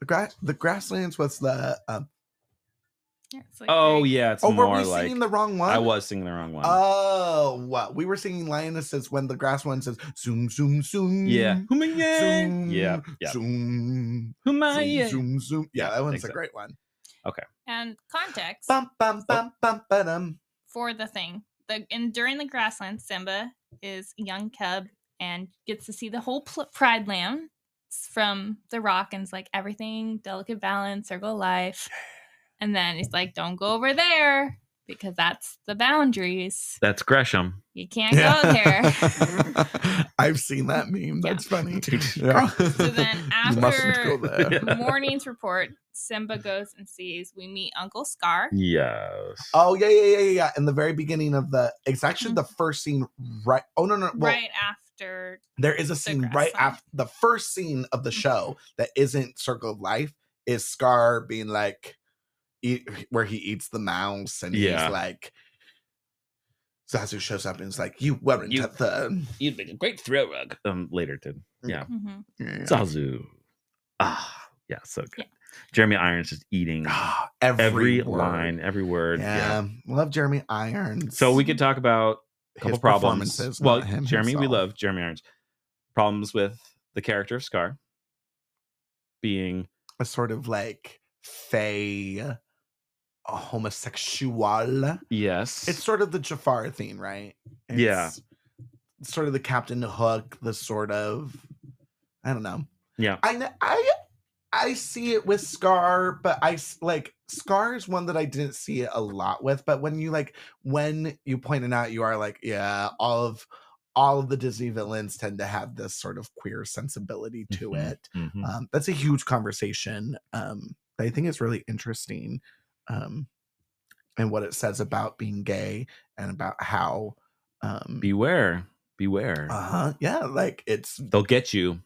the grass the grasslands was the um, Yeah, it's like Oh very- yeah, it's oh were more we like singing the wrong one I was singing the wrong one. Oh, wow. We were singing Lionesses when the grass one says, zoom, zoom, zoom. yeah. Zoom, Humayang. Yeah. Yeah. Zoom, Oh, zoom, Humayang. zoom, zoom. Yeah, Yeah, that one's exact- a great one. And context Bum, Oh. bum, bum, bum, ba-dum. for the thing. The and during the grasslands, Simba is a young cub and gets to see the whole pl- pride land s- from the rock and it's like everything delicate balance, circle of life. And then he's like, "Don't go over there because that's the boundaries. That's Gresham. You can't go there." I've seen that meme. Yeah. That's funny. Dude. Yeah. then you mustn't go after- there. Yeah. Morning's report. Simba goes and sees. We meet Uncle Scar. Yes. Oh, yeah, yeah, yeah, yeah, yeah. In the very beginning of the, it's actually Mhm. the first scene right. Oh, no, no. Well, right after There is a scene grass right song. after the first scene of the show that isn't Circle of Life is Scar being like, eat, where he eats the mouse and Yeah. he's like, Zazu shows up and is like, "You weren't You- at the." You'd make a great throw rug. Um, later, dude. Yeah. Mhm. Yeah. Zazu. Ah, yeah, so good. Jeremy Irons is eating Ah, every, every word. line, every word. Yeah. love Jeremy Irons. So we could talk about a couple His problems. performances, Well, not him Jeremy, we himself. love Jeremy Irons. Problems with the character of Scar being a sort of like fey homosexual. yes, It's sort of the Jafar thing, right? Yeah. It's Sort of the Captain Hook, the sort of I don't know. yeah, I kn- I I see it with Scar, but I s- like Scar is one that I didn't see it a lot with. But when you like when you point it out, you are like, yeah, all of all of the Disney villains tend to have this sort of queer sensibility to Mhm. it Mhm. um, that's a huge conversation um, that I think is really interesting um, and what it says about being gay and about how um, beware, beware. uh-huh, yeah like it's They'll get you.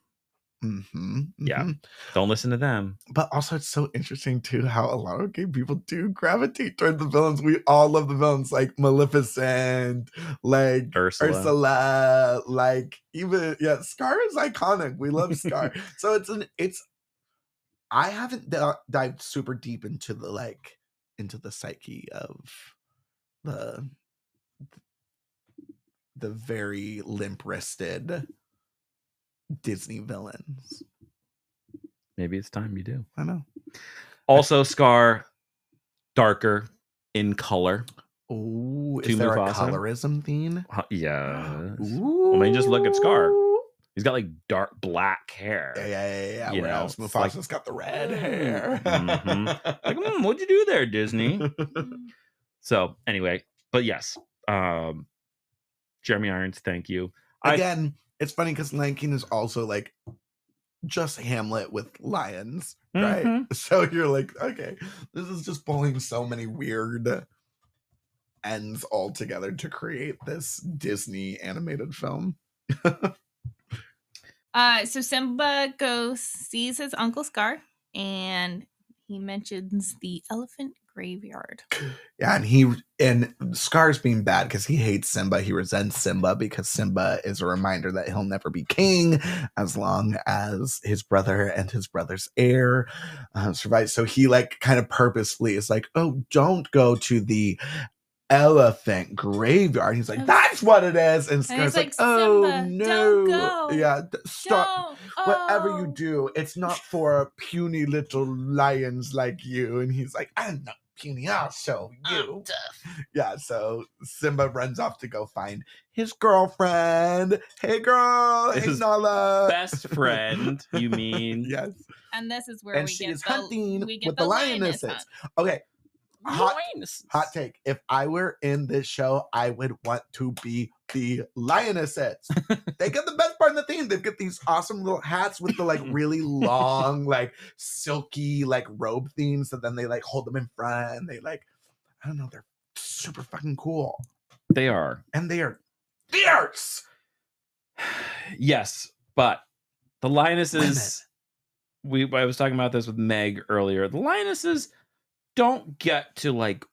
mhm, Yeah. mhm. Don't listen to them. but also it's so interesting too how a lot of gay people do gravitate toward the villains we all love the villains like Maleficent like Ursula. Ursula, like even yeah, Scar is iconic. We love Scar. so it's an it's I haven't d- dived super deep into the like into the psyche of the the very limp wristed Disney villains. Maybe it's time you do. I know. Also, Scar darker in color. Oh, To is there a Mufasa? colorism theme? Huh, Yes. Ooh. Uh-huh. mean, just look at Scar. He's got like dark black hair. Yeah, yeah, yeah, yeah. You Where know, else? it's like- Mufasa's got the red hair. Mhm. Like, mm-hmm. "Hmm, what'd you do there, Disney? Mm. So anyway, but yes, um, Jeremy Irons, thank you. I- Again, it's funny because Lankin is also like just Hamlet with lions, right? Mhm. So you're like, okay, this is just pulling so many weird ends all together to create this Disney animated film. Uh, so Simba goes sees his uncle Scar, and he mentions the elephant graveyard. Yeah, and he and Scar's being bad because he hates Simba. He resents Simba because Simba is a reminder that he'll never be king as long as his brother and his brother's heir uh, survive. So he like kind of purposefully is like, "Oh, don't go to the elephant graveyard." He's like, "That's what it is," and And he's Scar's like, like, "Oh "Simba, no, don't go. yeah, d- stop." Don't- Whatever you oh. do, it's not for puny little lions like you. And he's like, I'm not puny, I'll show you. Yeah, so Simba runs off to go find his girlfriend. Hey, girl. Hey, His Nala. Best friend, you mean? Yes. And this is where And we she get is the, hunting we get with the the lioness. lionesses. hunt. Okay, Hot- Lioness. hot take. If I were in this show, I would want to be the lionesses. they get the best part in the theme. They've got these awesome little hats with the like really long, like silky, like robe themes. So then they like hold them in front and they like, I don't know, they're super fucking cool. They are. And they are fierce. yes, but the lionesses. We I was talking about this with Meg earlier. The lionesses don't get to like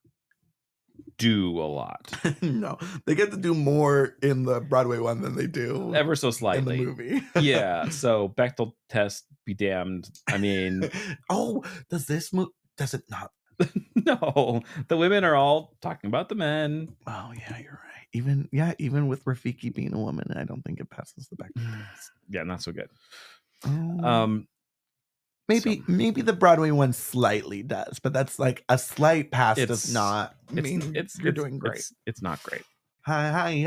do a lot, no, they get to do more in the Broadway one than they do ever so in the slightly. movie. yeah. So Bechtel test be damned. I mean, oh, does this move? Does it not? no, the women are all talking about the men. Oh, yeah, you're right. Even yeah, even with Rafiki being a woman, I don't think it passes the back. Yeah, not so good. Oh, Um, maybe maybe the Broadway one slightly does, but that's like a slight pass It's- does not it's, mean it's you're it's- doing great. It's, it's not great. hi hi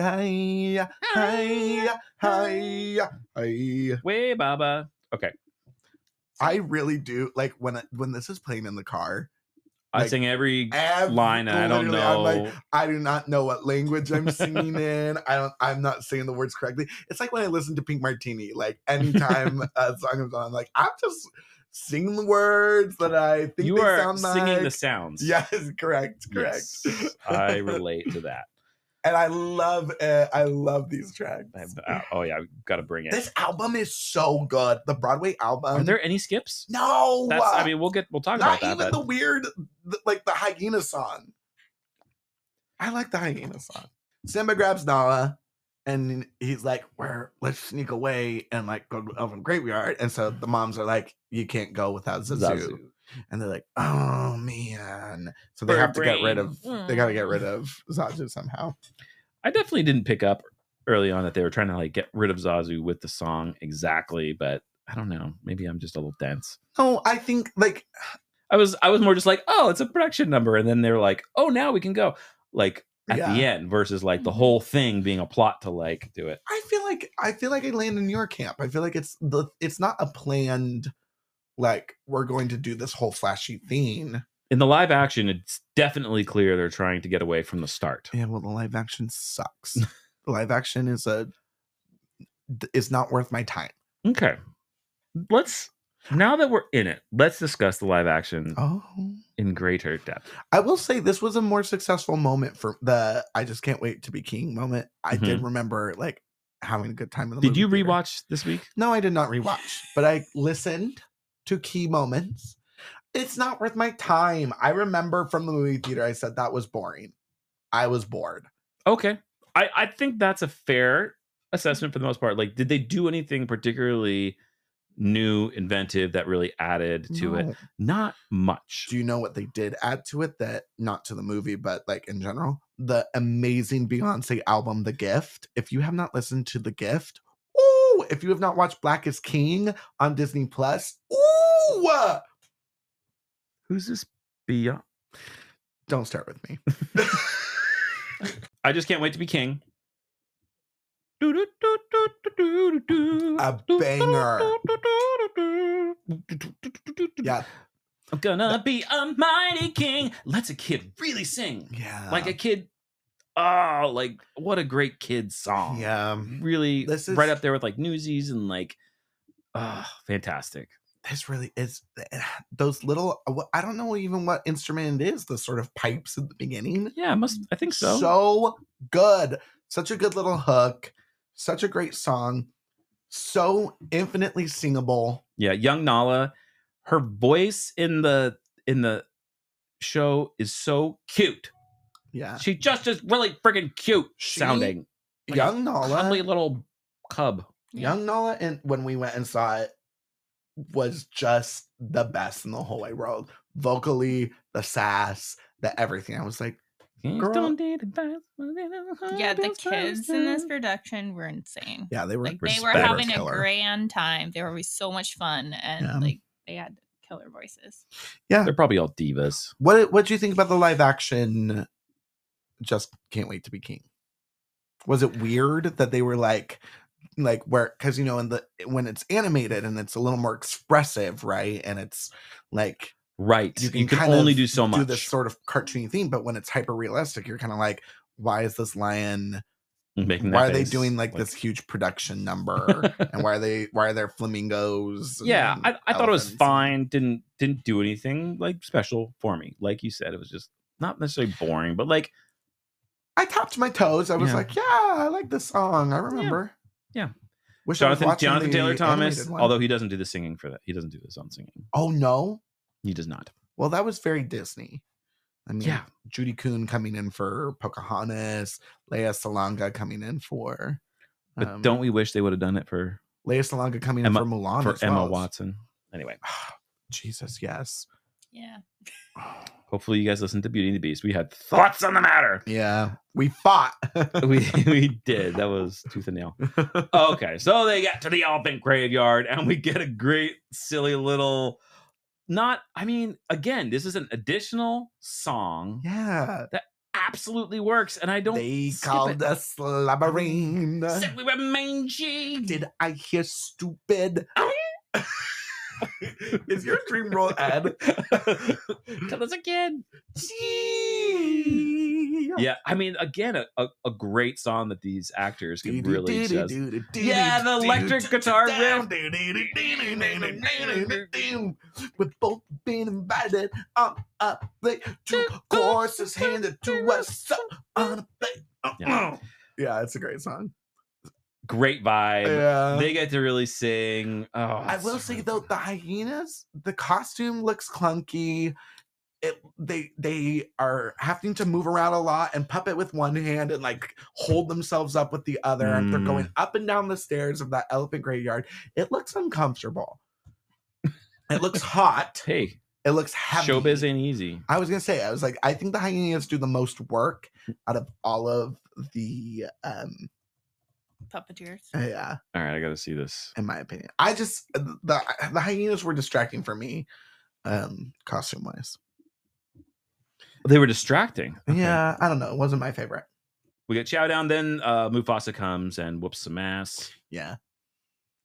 hi hi hi hi. Way Baba. Okay, I really do like when I, when this is playing in the car. I Like, sing every every- line, and I don't literally, I'm know. like, I do not know what language I'm singing in. I don't. I'm not saying the words correctly. It's like when I listen to Pink Martini. Like anytime a song comes on, I'm like I'm just singing the words that I think you they are sound singing the like. sounds. Yes, correct, correct. Yes, I relate to that. and I love it. I love these tracks. I- uh, oh yeah, got to bring it. This album is so good. The Broadway album. are there any skips? no. That's. I mean, we'll get. We'll talk about not that. even But the weird th- like the hyena song i like the hyena song simba grabs nala and he's like we're let's sneak away and like go to the elephant graveyard and so the moms are like you can't go without zazu Zazu. and they're like oh man so they Bird have to get rid brain. of Mm. they gotta get rid of zazu somehow I definitely didn't pick up early on that they were trying to like get rid of Zazu with the song exactly, but I don't know. Maybe I'm just a little dense. no i think like I was. I was more just like, oh, it's a production number, and then they're like, oh, now we can go. Like at Yeah. the end versus like the Mhm. whole thing being a plot to like do it. I feel like I feel like I land in your camp. I feel like it's the it's not a planned like we're going to do this whole flashy thing. In the live action, it's definitely clear they're trying to get away from the start. Yeah, well, the live action sucks. the live action is a th- is not worth my time. Okay. Let's now that we're in it, let's discuss the live action Oh, in greater depth. I will say this was a more successful moment for the I just can't wait to be king moment. I did remember like having a good time in the. Mm-hmm. Did you movie theater. rewatch this week? No, I did not rewatch, but I listened to key moments. It's not worth my time. I remember from the movie theater, I said that was boring. I was bored. Okay. I, I think that's a fair assessment for the most part. Like, did they do anything particularly new, inventive that really added to it? No. Not much. Do you know what they did add to it that not to the movie, but like in general? The amazing Beyonce album, The Gift. If you have not listened to The Gift, ooh, if you have not watched Black is King on Disney Plus, ooh, uh, Who's this beyond? don't start with me. I just can't wait to be king. A A banger. Yeah. I'm gonna be a mighty king. Let's a kid really sing. Yeah. Like a kid. Oh, like what a great kid song. yeah. Really This right is- up there with like Newsies and like oh fantastic. this really is eh, those little wh- i don't know even what instrument it is the sort of pipes at the beginning Yeah, I must I think so. so good such a good little hook such a great song so infinitely singable yeah, young Nala, her voice in the in the show is so cute. Yeah. She just is really friggin' cute Uh, She- sounding. Like a young Cuddly Nala. little cub. Young Nala and when we went and saw it was just the best in the whole wide world. Vocally, the sass, the everything. I was like, Girl. Yeah, the kids in this production were insane. yeah, they were Like they were respect. having a killer. grand time. They were always so much fun and Yeah. like they had killer voices. They're probably all divas. What what do you think about the live action? Just can't wait to be king. Was it weird that they were like, like where because you know in the when it's animated and it's a little more expressive, right? And it's like Right. You You can can, kind only of do so much. do this sort of cartoony theme, but when it's hyper realistic, you're kind of like, why is this lion? Making that Why are they face, doing like, this huge production number? and why are they why are there flamingos? Yeah, and I, I thought it was elephants and- fine. Didn't didn't do anything like special for me. Like you said, it was just not necessarily boring, but like I tapped my toes. I was Yeah. like, yeah, I like this song. I remember. Yeah. Wish I was Jonathan watching Jonathan the Taylor Thomas, animated one. although he doesn't do the singing for that. He doesn't do his own singing. oh no, He does not. well that was very Disney. I mean, Yeah. Judy Kuhn coming in for Pocahontas, Leia Salonga coming in for, But um, don't we wish they would have done it for Leia Salonga coming Emma- in for Mulan for as Emma well. Watson? Anyway, Jesus, yes, Yeah. hopefully you guys listened to Beauty and the Beast. We had thoughts on the matter. yeah, we fought. we we did. That was tooth and nail. Okay, so they get to the Alpin graveyard, and we get a great, silly little. Not, I mean, again, this is an additional song yeah, absolutely works, and I don't. they skip called it. us Labyrinth. Said we were mangy. Did I hear stupid? Is your dream roll ad? Tell us again. Yeah, I mean, again, a, a, a great song that these actors can really just. Yeah, the electric guitar riff. With both being invited on a plate, two courses handed to us up on a plate. Yeah. Yeah, it's a great song. Great vibe. Yeah. They get to really sing. Oh, I will say though, the hyenas, the costume looks clunky. It, they they are having to move around a lot and puppet with one hand and like hold themselves up with the other. They're Mm. going up and down the stairs of that elephant graveyard. It looks uncomfortable. it looks hot. hey, It looks heavy. showbiz ain't easy. I was gonna say, I was like, I think the hyenas do the most work out of all of the um Puppeteers. yeah. All right, I got to see this. in my opinion. I just uh, the the hyenas were distracting for me, um, costume wise. They were distracting. Okay. Yeah, I don't know. It wasn't my favorite. We get Chow down, then uh, Mufasa comes and whoops some ass Yeah,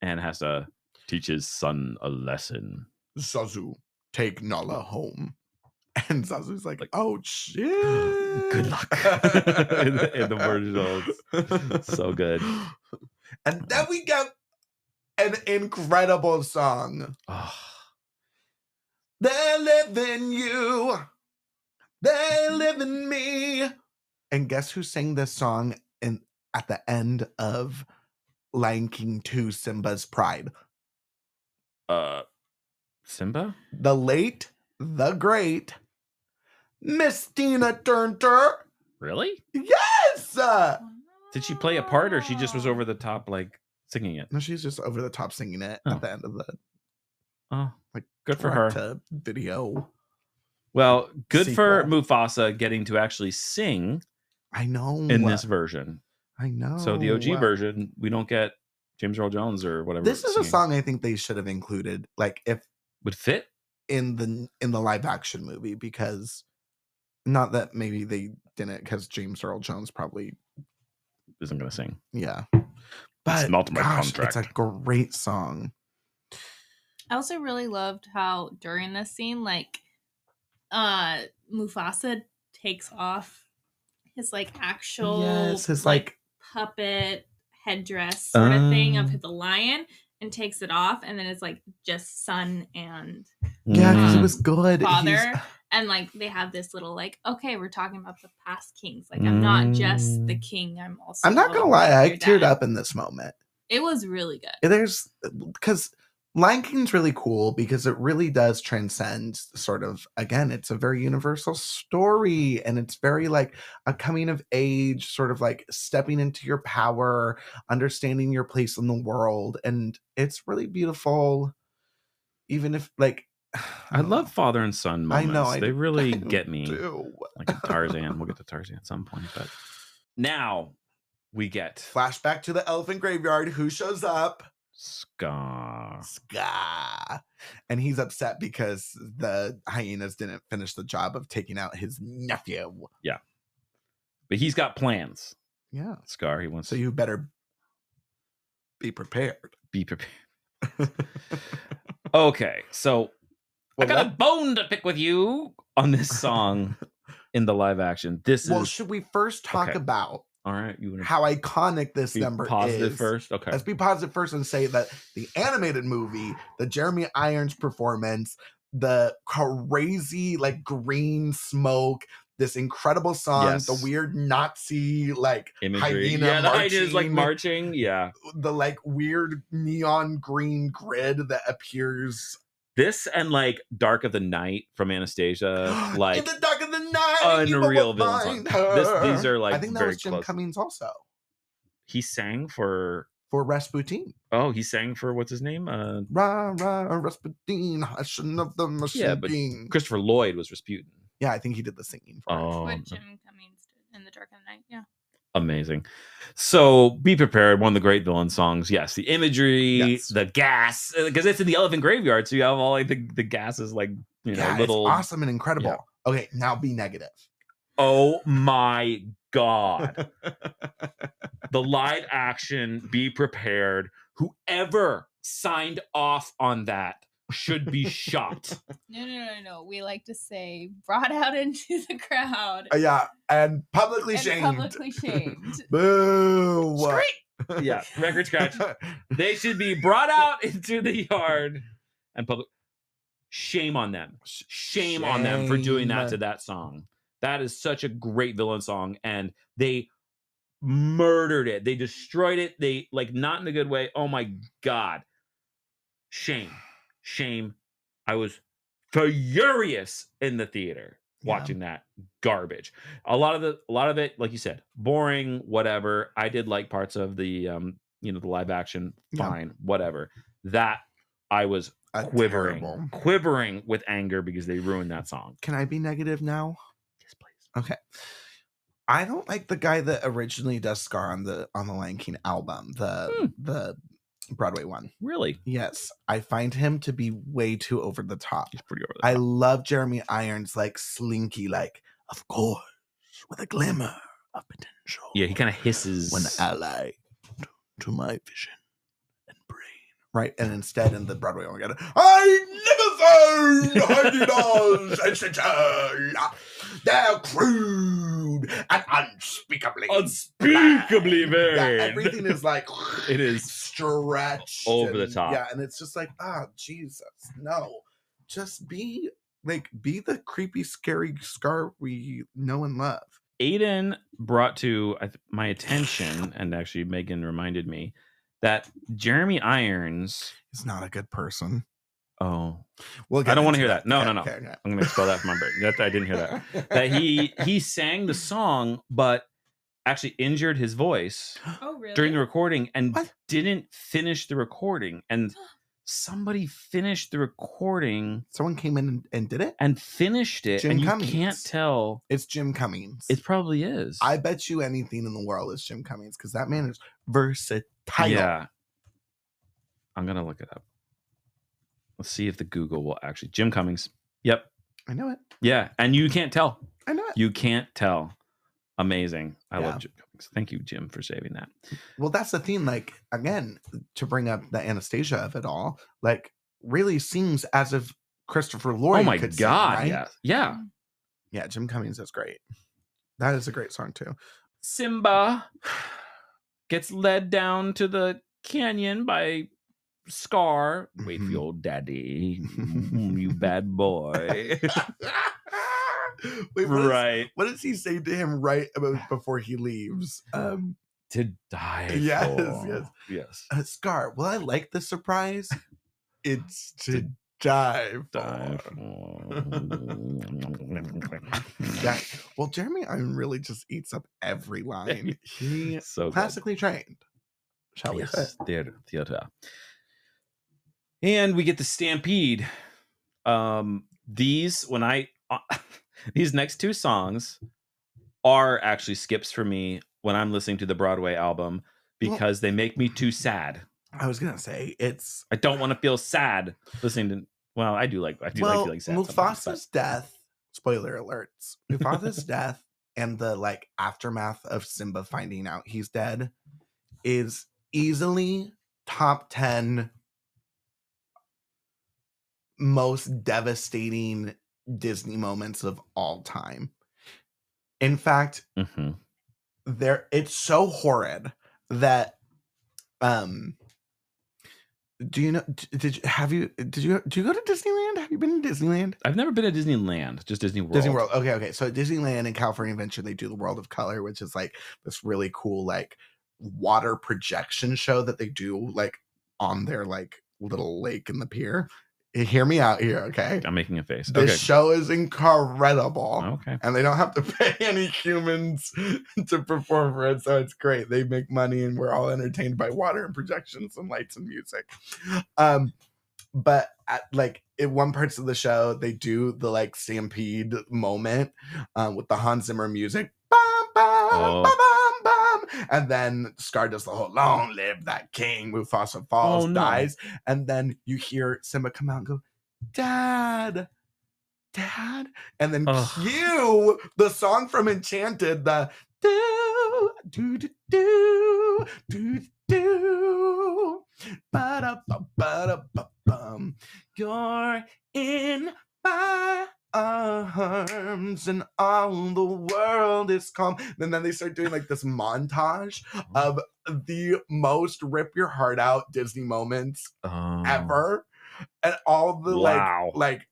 and has to teach his son a lesson. Zazu, take Nala home, and Zazu's like, Like, oh shit. "Good luck." In the- in the original, it's so good. And then we get an incredible song. Oh, They live in you. They live in me. And guess who sang this song in at the end of Lion King 2 Simba's Pride? uh, Simba? The late, the great Miss Tina Turner. Really? Yes. Uh, Did she play a part or she just was over the top, like singing it? no, she's just over the top singing it Oh. at the end of the Oh, Like, good for her. direct-to video. Well, good for sequel. Mufasa getting to actually sing I know. in this version. I know. So the OG version, we don't get James Earl Jones or whatever. Oh, This is a singing. song I think they should have included. Like if would fit. in the in the live action movie because not that maybe they didn't because James Earl Jones probably Isn't gonna sing. yeah but not my gosh, it's a contract. great song I also really loved how during this scene, like, uh, Mufasa takes off his like actual yes it's like puppet headdress sort of thing Oh. of the lion and takes it off, and then it's like just son and yeah 'cause it Mm. was good He's- uh father and like they have this little like okay we're talking about the past kings like i'm not just the Mm. king i'm also I'm not little gonna lie I your teared dad." up in this moment it was really good there's because uh, Lion King's really cool because it really does transcend sort of again, it's a very universal story and it's very like a coming of age, sort of like stepping into your power, understanding your place in the world. And it's really beautiful, even if like I love father and son Oh. I moments. know, I- they really I get me. do. Like a Tarzan. we'll get to Tarzan at some point, but now we get Flashback to the elephant graveyard. Who shows up? Scar. Scar. And he's upset because the hyenas didn't finish the job of taking out his nephew. But he's got plans. Yeah. Scar, he wants So you better be prepared. be prepared. Okay, so Well, I got a that- bone to pick with you on this song in the live action. This well, is should we first talk Okay. about all right. You want to how iconic this be number positive is? first? Okay. Let's be positive first and say that the animated movie, the Jeremy Irons performance, the crazy like green smoke, this incredible song, the Yes. weird Nazi like Imagery. hyena yeah, the hyena's like marching. marching. Yeah. the like weird neon green grid that appears This and like Dark of the Night from Anastasia. Like in the dark of the night. you will unreal villain find song. This- these her. are, like, I think that very was Jim close. Cummings also he sang for for Rasputin. oh, he sang for what's his name? Uh Ra ra Rasputin, hushing of the machine. Yeah, Yeah, but Christopher Lloyd was Rasputin. yeah, I think he did the singing for. it. Oh, what Jim Cummings did in The Dark of the Night. Yeah. amazing. So be prepared. One of the great villain songs. Yes, the imagery, Yes. the gas, because it's in the elephant graveyard. So you have all like the, the gases, like you know, yeah, little. it's awesome and incredible. Okay, now be negative. Oh my god! the live action. Be prepared. Whoever signed off on that should be shot. No, no, no, no. We like to say brought out into the crowd Uh, yeah, and publicly and shamed. publicly shamed. Boo! yeah, record scratch. They should be brought out into the yard and public. Shame on them. Shame, on them for doing that to Shame. that song. That is such a great villain song, and they murdered it. They destroyed it. They like not in a good way. Oh my god. Shame, shame. I was furious in the theater Yeah. watching that garbage. A lot of the, a lot of it, like you said, boring. Whatever. I did like parts of the, um, you know, the live action. Yeah. Fine, whatever. That I was A quivering, terrible- quivering with anger because they ruined that song. Can I be negative now? Yes, please. Okay. I don't like the guy that originally does Scar on the on the Lion King album, the Hmm. the Broadway one. Really, Yes, I find him to be way too over the top. he's pretty over the I top. love Jeremy Irons like slinky, like of course, with a glimmer of potential. yeah, he kind of hisses. when allied to my vision and brain. Right, and instead in the Broadway one, we got I never found hyenas and such They're crude and unspeakably unspeakably bad." vain. Yeah, everything is like It is stretched over the and- top. Yeah, and it's just like ah, Jesus, no, just be like be the creepy, scary scar we know and love. Aiden brought to I th- my attention, and actually Megan reminded me that Jeremy Irons. He's not a good person. Oh, Well, I don't wanna into hear that. No, no, no. okay. I'm gonna spell that from my brain. That I didn't hear that. That he he sang the song, but actually injured his voice Oh, really? during the recording and What? didn't finish the recording. And somebody finished the recording someone came in and, and did it. and finished it, Jim and you can't Cummings. tell. It's Jim Cummings. It probably is. I bet you anything in the world is Jim Cummings because that man is versatile. Yeah. I'm gonna look it up. Let's see if the Google will actually Jim Cummings. Yep. I know it. Yeah. And you can't tell. I know it. You can't tell. Amazing. I Yeah. love Jim Cummings. Thank you, Jim, for saving that. Well, that's the thing. Like again, to bring up the Anastasia of it all, like really seems as if Christopher Lloyd. oh my could sing, god. right? Yeah. Yeah. Mm. yeah. Jim Cummings is great. That is a great song too. Simba gets led down to the canyon by Scar. Wait for Mhm. your old daddy. Mm, you bad boy. Wait, what is- right. what does he say to him right about before he leaves? Um, To die. Yes, for. yes. Yes. uh, Scar, will I like the surprise? It's to die for. Dive. Yeah. Well, Jeremy Iron really just eats up every line. He so good. classically trained. Shall Oh, we say? Yes, theater, theater. And we get the stampede. Um, these when I uh, these next two songs are actually skips for me when I'm listening to the Broadway album Well- because they make me too sad. I was gonna say it's I don't want to feel sad listening to. Well, I do like I do well, like feeling sad. sometimes, but- Mufasa's death. Spoiler alerts: Mufasa's death and the like aftermath of Simba finding out he's dead is easily top ten most devastating Disney moments of all time. In fact, Mhm. there it's so horrid that um do you know d- did you have you did you do you go to disneyland have you been to disneyland I've never been to Disneyland, just Disney World. disney world okay okay so at disneyland and california adventure they do the world of color which is like this really cool like water projection show that they do like on their like little lake in the pier Eh, hear me out here okay I'm making a face. this show is incredible okay. Okay. and they don't have to pay any humans to perform for it so it's great they make money and we're all entertained by water and projections and lights and music um but at, like in one parts of the show they do the like stampede moment um, with the hans zimmer music Bum, bum, Oh. bum, bum, bum. And then Scar does the whole long live that king, Mufasa falls, Oh, no. dies. And then you hear Simba come out and go, Dad, Dad. And then Ugh. cue the song from Enchanted, the do do do do do do ba da ba bum. You're in my arms and all the world is calm. And then they start doing like this montage of the most rip your heart out Disney moments Um, ever. And all the Wow. like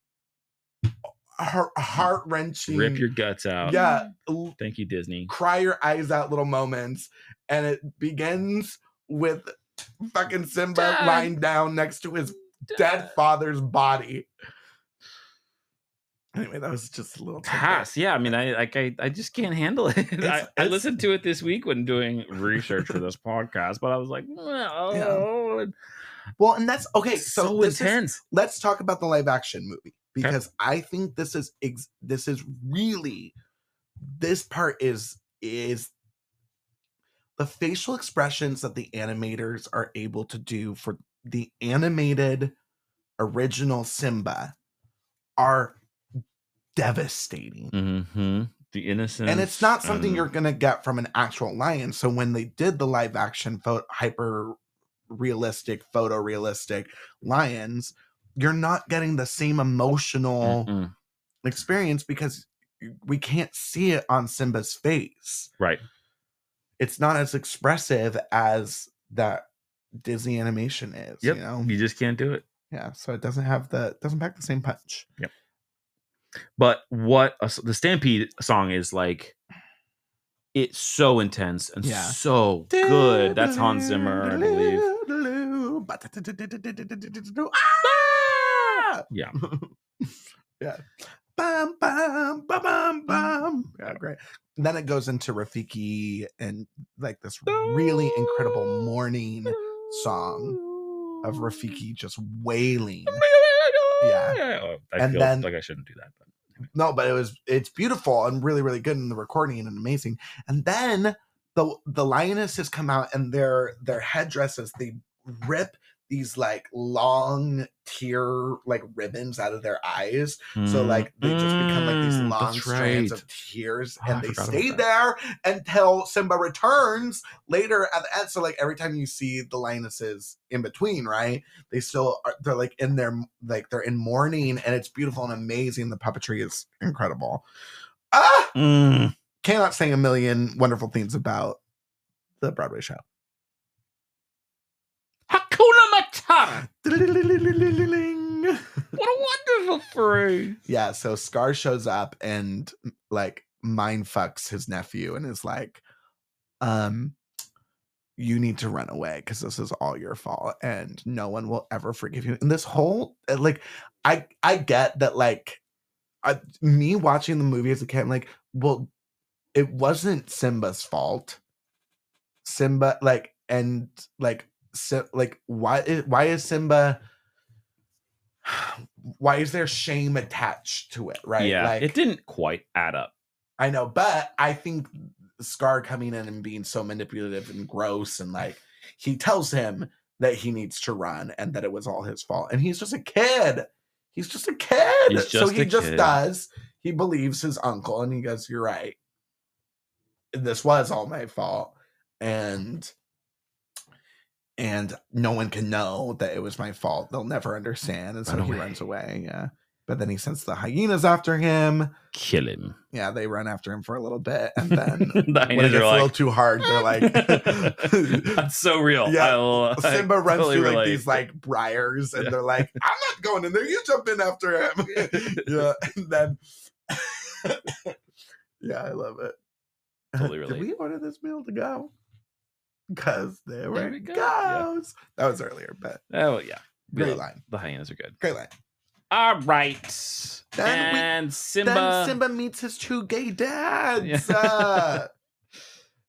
like heart wrenching Rip your guts out. yeah l- Thank you, Disney. cry your eyes out little moments. And it begins with fucking Simba Dad. lying down next to his dead father's body. Anyway, that was just a little tidbit. Pass. Yeah, I mean, I like I, I just can't handle it. I, I it's- listened to it this week when doing research for this podcast, but I was like, oh, Well, and that's okay. it's so, So, this is- intense. let's talk about the live action movie because I think this is ex- this is really this part is is the facial expressions that the animators are able to do for the animated original Simba are devastating. hmm The innocence, And it's not something and- you're going to get from an actual lion. So when they did the live action photo, hyper realistic, photorealistic lions, you're not getting the same emotional Mm-mm. experience because we can't see it on Simba's face. right. It's not as expressive as that Disney animation is, Yep. you know? You just can't do it. Yeah. So it doesn't have the, doesn't pack the same punch. but what a s the stampede song is like it's so intense and Yeah. so good that's hans zimmer i believe Ah! Yeah. yeah. Bum, bum, bum, bum, bum. Yeah, great. Then it goes into Rafiki and like this really incredible morning song of Rafiki just wailing. Yeah. Oh, i And feel then- like i shouldn't do that but No, but it was it's beautiful and really really good in the recording and amazing. And then the the lionesses come out and their their headdresses they rip these like long tear like ribbons out of their eyes so like they just become like these Mm-hmm. Mm, long that's strands right. of tears, Oh, and I they forgot about stay that. there until Simba returns later at the end. So like every time you see the lionesses in between, right? They still are, they're like in their like they're in mourning, and it's beautiful and amazing. The puppetry is incredible. Ah, Mm. cannot say a million wonderful things about the Broadway show. hakuna matata Ding. what a wonderful phrase Yeah, so Scar shows up and m- like mind fucks his nephew and is like, um, you need to run away because this is all your fault and no one will ever forgive you and this whole uh, like i i get that like I, me watching the movie as a kid I'm like well it wasn't simba's fault simba like and like si- like why is, why is simba why is there shame attached to it right yeah, like it didn't quite add up. I know, but I think Scar coming in and being so manipulative and gross and like he tells him that he needs to run and that it was all his fault. And he's just a kid. He's just a kid. He's so just he a just kid. does. He believes his uncle and he goes, You're right. This was all my fault. And and no one can know that it was my fault. They'll never understand. And so Run he away. runs away. Yeah. But then he sends the hyenas after him. Kill him. Yeah, they run after him for a little bit and then the when it hyenas gets are a little like, too hard, they're like, that's so real. Yeah, I'll- I Simba runs totally through like relate. these like briars, and Yeah. they're like, I'm not going in there. You jump in after him. yeah, and then, yeah, I love it. Totally Did relate. we order this meal to go? Because there were we go. Yeah. goes. That was earlier, but Oh yeah, We great love- line. the hyenas are good. Great line. All right, Then we- and Simba, Then Simba meets his two gay dads. Yeah. uh,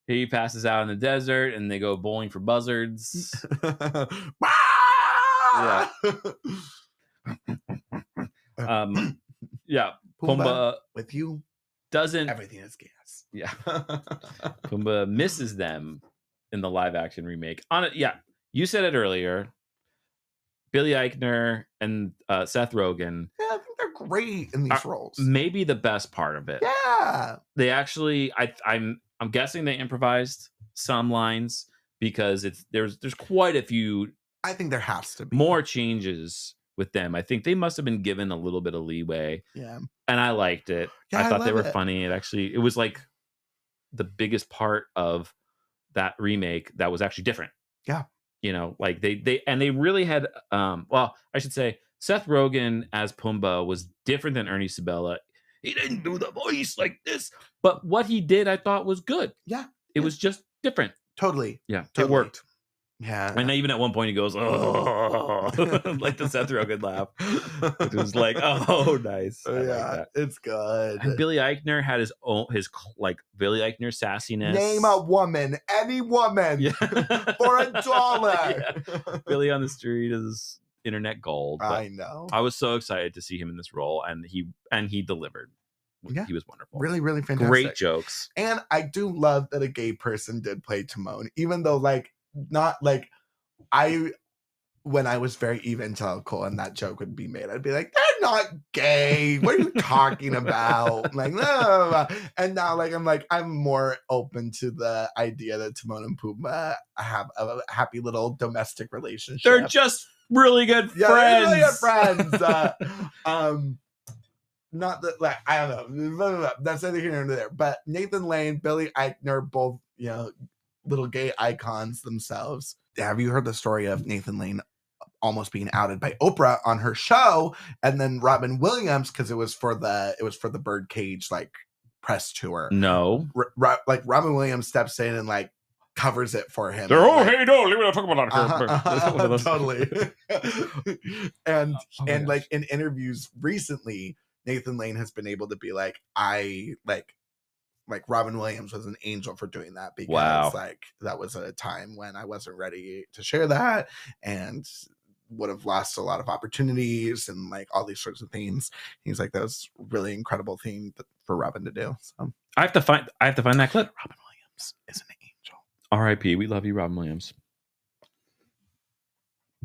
he passes out in the desert, and they go bowling for buzzards. Ah! um, yeah, Pumbaa, Pumbaa with you, doesn't. everything is gas. Yeah, Pumbaa misses them in the live action remake. On it, yeah, you said it earlier. Billy Eichner and uh, Seth Rogen, Yeah, I think they're great in these Uh, roles. maybe the best part of it. Yeah. they actually I I'm I'm guessing they improvised some lines because it's there's there's quite a few I think there has to be more changes with them. I think they must have been given a little bit of leeway Yeah. and I liked it. Yeah, I thought they love were it. funny. It actually it was like the biggest part of that remake that was actually different. Yeah. You know, like they they and they really had um well, I should say Seth Rogen as Pumbaa was different than Ernie Sabella. He didn't do the voice like this, but what he did I thought was good. Yeah, It yeah. was just different. Totally. Yeah. It Totally. worked. Yeah. And even at one point he goes, Oh like the Seth Rogen laugh. It was like, oh nice. I Oh, like yeah. that. it's good. And Billy Eichner had his own his cl- like Billy Eichner sassiness. Name a woman, any woman, yeah. for a dollar. Yeah. Billy on the street is internet gold. but I know. I was so excited to see him in this role, and he and he delivered. Yeah. He was wonderful. Really, really fantastic. great jokes. And I do love that a gay person did play Timon, even though like not like I when I was very evangelical and that joke would be made, I'd be like, they're not gay. What are you talking about? Like, blah, blah, blah, blah. and now like I'm like, I'm more open to the idea that Timon and Pumbaa have a happy little domestic relationship. They're just really good Yeah, they're friends. really good friends. Uh, um, not that like I don't know. Blah, blah, blah. That's neither here nor there. But Nathan Lane, Billy Eichner, both you know, little gay icons themselves. Have you heard the story of Nathan Lane almost being outed by Oprah on her show, and then Robin Williams because it was for the it was for the Birdcage like press Mm. tour. no. R- Ro- like Robin Williams steps in and like covers it for him. They're and, oh like, hey no, leave me talk about that. uh-huh, uh-huh, One of those. totally. and Oh my and gosh. like in interviews recently, Nathan Lane has been able to be like, I like, like Robin Williams was an angel for doing that because Wow. like that was a time when I wasn't ready to share that and would have lost a lot of opportunities and like all these sorts of things. He's like, that was a really incredible thing th- for Robin to do. So I have to find I have to find that clip. Robin Williams is an angel. R.I.P. We love you, Robin Williams.